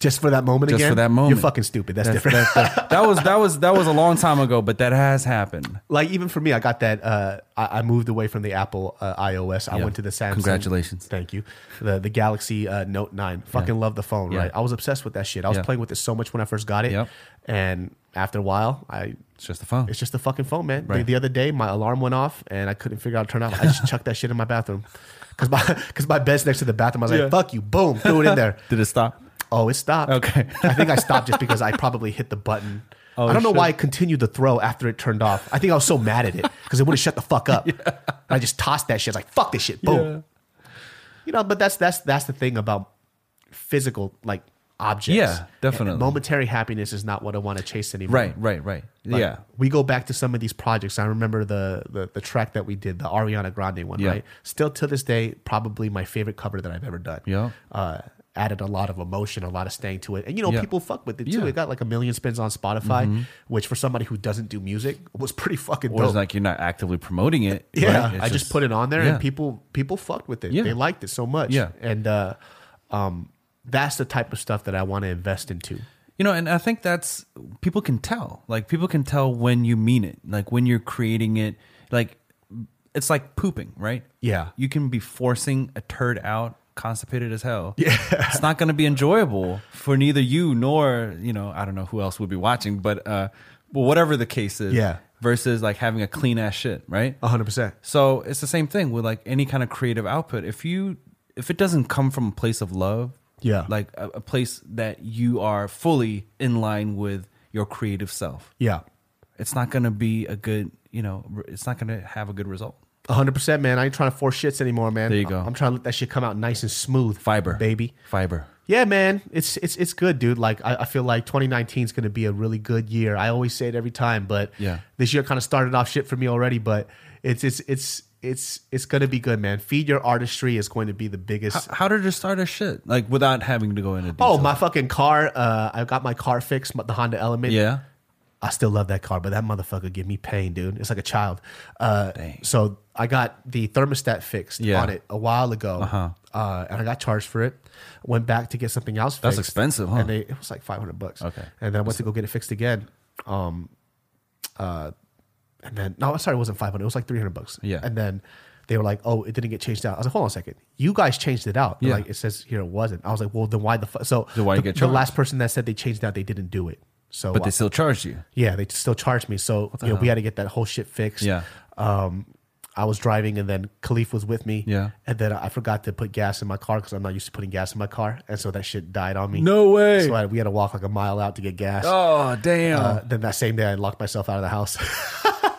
A: just for that moment
B: just
A: again.
B: for that moment
A: you're fucking stupid. That's, different.
B: that, that was that was that was a long time ago but that has happened
A: like even for me, I got that. Uh, I, I moved away from the Apple uh, iOS. I went to the Samsung.
B: Congratulations.
A: Thank you. The the Galaxy uh, Note Nine. Fucking love the phone,
B: Yeah.
A: right? I was obsessed with that shit. I was
B: Yeah.
A: playing with it so much when I first got it,
B: Yep.
A: and after a while, I.
B: it's just a phone
A: It's just a fucking phone, man. The, the other day, my alarm went off and I couldn't figure out how to turn it off. I just chucked that shit in my bathroom because my because my bed's next to the bathroom. I was
B: Yeah.
A: like, "Fuck you!" Boom, threw it in there.
B: did it stop
A: Oh, it stopped.
B: Okay.
A: I think I stopped just because I probably hit the button.
B: Oh,
A: I don't know
B: shit.
A: why I continued to throw after it turned off. I think I was so mad at it because it wouldn't shut the fuck up. I just tossed that shit. I was like, fuck this shit. Boom. You know, but that's that's that's the thing about physical like objects.
B: Yeah, definitely.
A: momentary happiness is not what I want to chase anymore.
B: right right right
A: Like,
B: yeah
A: We go back to some of these projects. I remember the the, the track that we did, the Ariana Grande one,
B: Yeah.
A: right? Still to this day, probably my favorite cover that I've ever done.
B: Yeah.
A: Uh, added a lot of emotion, a lot of staying to it. And you know,
B: Yeah.
A: people fuck with it too.
B: Yeah. Mm-hmm.
A: It got like a million spins on Spotify, which for somebody who doesn't do music was pretty fucking
B: or
A: dope.
B: it's like you're not actively promoting it
A: yeah.
B: right? It's
A: I just, put it on there
B: yeah.
A: and people people fucked with it.
B: Yeah.
A: They liked it so much.
B: Yeah.
A: And uh um that's the type of stuff that I want to invest into.
B: You know, and I think that's people can tell. Like people can tell when you mean it. Like when you're creating it. Like it's like pooping, right?
A: Yeah.
B: You can be forcing a turd out, constipated as hell. Yeah. It's not going to be enjoyable for neither you nor you know I don't know who else would be watching, but uh, but whatever the case is.
A: Yeah.
B: Versus like having a clean ass shit, right?
A: hundred percent.
B: So it's the same thing with like any kind of creative output. If you if it doesn't come from a place of love,
A: Yeah.
B: like a, a place that you are fully in line with your creative self,
A: Yeah.
B: it's not gonna be a good, you know, re- it's not gonna have a good result.
A: hundred percent, man. I ain't trying to force shits anymore, man.
B: There you go.
A: I'm trying to let that shit come out nice and smooth,
B: Fiber,
A: baby.
B: fiber.
A: Yeah, man. It's it's it's good, dude. Like I, I feel like 2019 is going to be a really good year. I always say it every time, but
B: Yeah.
A: this year kind of started off shit for me already. But it's it's it's it's it's going to be good, man. Feed your artistry is going to be the biggest.
B: How did it start a shit like without having to go into detail?
A: Oh, my fucking car! Uh, I got my car fixed, the Honda Element.
B: yeah,
A: I still love that car, but that motherfucker give me pain, dude. It's like a child. Uh, so I got the thermostat fixed
B: Yeah.
A: on it a while ago, uh-huh. and I got charged for it. Went back to get something else.
B: That's
A: fixed,
B: expensive, huh?
A: And they, it was like five hundred bucks.
B: Okay.
A: and then I went to go get it fixed again. Um, uh, and then no, I'm sorry, it wasn't five hundred. It was like three hundred bucks.
B: Yeah.
A: and then. They were like, "Oh, it didn't get changed out." I was like, "Hold on a second, you guys changed it out." They're
B: Yeah.
A: like, "It says here it wasn't." I was like, "Well, then why the fuck?" So,
B: Then why you
A: the,
B: get
A: the
B: charged?
A: last person that said they changed it out, they didn't do it. So,
B: but
A: uh,
B: they still charged you.
A: yeah, they still charged me. So you know, we had to get that whole shit fixed.
B: Yeah.
A: Um, I was driving, and then Khalif was with me.
B: Yeah.
A: And then I forgot to put gas in my car because I'm not used to putting gas in my car, and so that shit died on me.
B: No way.
A: So I, we had to walk like a mile out to get gas.
B: Oh damn!
A: Uh, then that same day, I locked myself out of the house.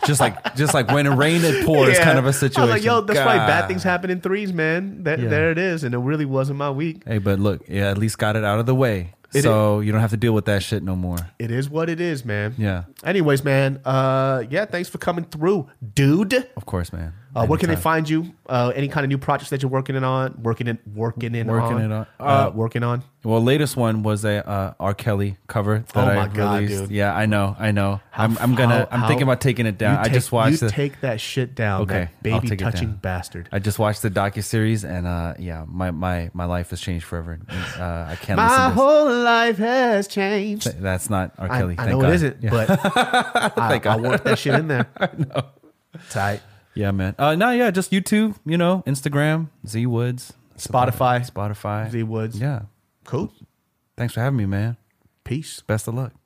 B: just like just like when it rained, it pours.
A: Yeah.
B: Kind of a
A: I
B: situation.
A: was like, yo, that's why bad
B: God.
A: things happen in threes, man. That, There it is, and it really wasn't my week.
B: Hey, but look, yeah, at least got it out of the way.
A: It
B: so you don't have to deal with that shit no more.
A: It is what it is, man.
B: Yeah.
A: Anyways, man. Uh, yeah. Thanks for coming through, dude.
B: Of course, man.
A: Uh, where can they find you? Uh, any kind of new projects that you're working in on? Working in, working in,
B: Working
A: on,
B: it on.
A: uh, working on.
B: Well, latest one was a uh, R. Kelly cover that
A: Oh
B: I
A: my God,
B: released.
A: dude.
B: Yeah, I know, I know. I'm, I'm gonna.
A: How-
B: I'm thinking
A: how-
B: about taking it down.
A: you
B: I just
A: take-
B: watched.
A: You
B: The,
A: take that shit down,
B: Okay,
A: that
B: I'll
A: baby
B: take it
A: touching
B: down.
A: bastard.
B: I just watched the docu series, and uh, yeah, my, my my life has changed forever. Uh, I can't
A: My
B: listen. to
A: whole life has changed.
B: this. That's not R.
A: I,
B: Kelly.
A: I
B: thank
A: know
B: God.
A: it isn't,
B: Yeah,
A: but I, I work that shit in there. Tight.
B: yeah man. Uh, no, yeah, just YouTube. You know, Instagram, Z Woods,
A: Spotify,
B: Spotify,
A: Z Woods.
B: Yeah.
A: Cool.
B: Thanks for having me, man.
A: Peace.
B: Best of luck.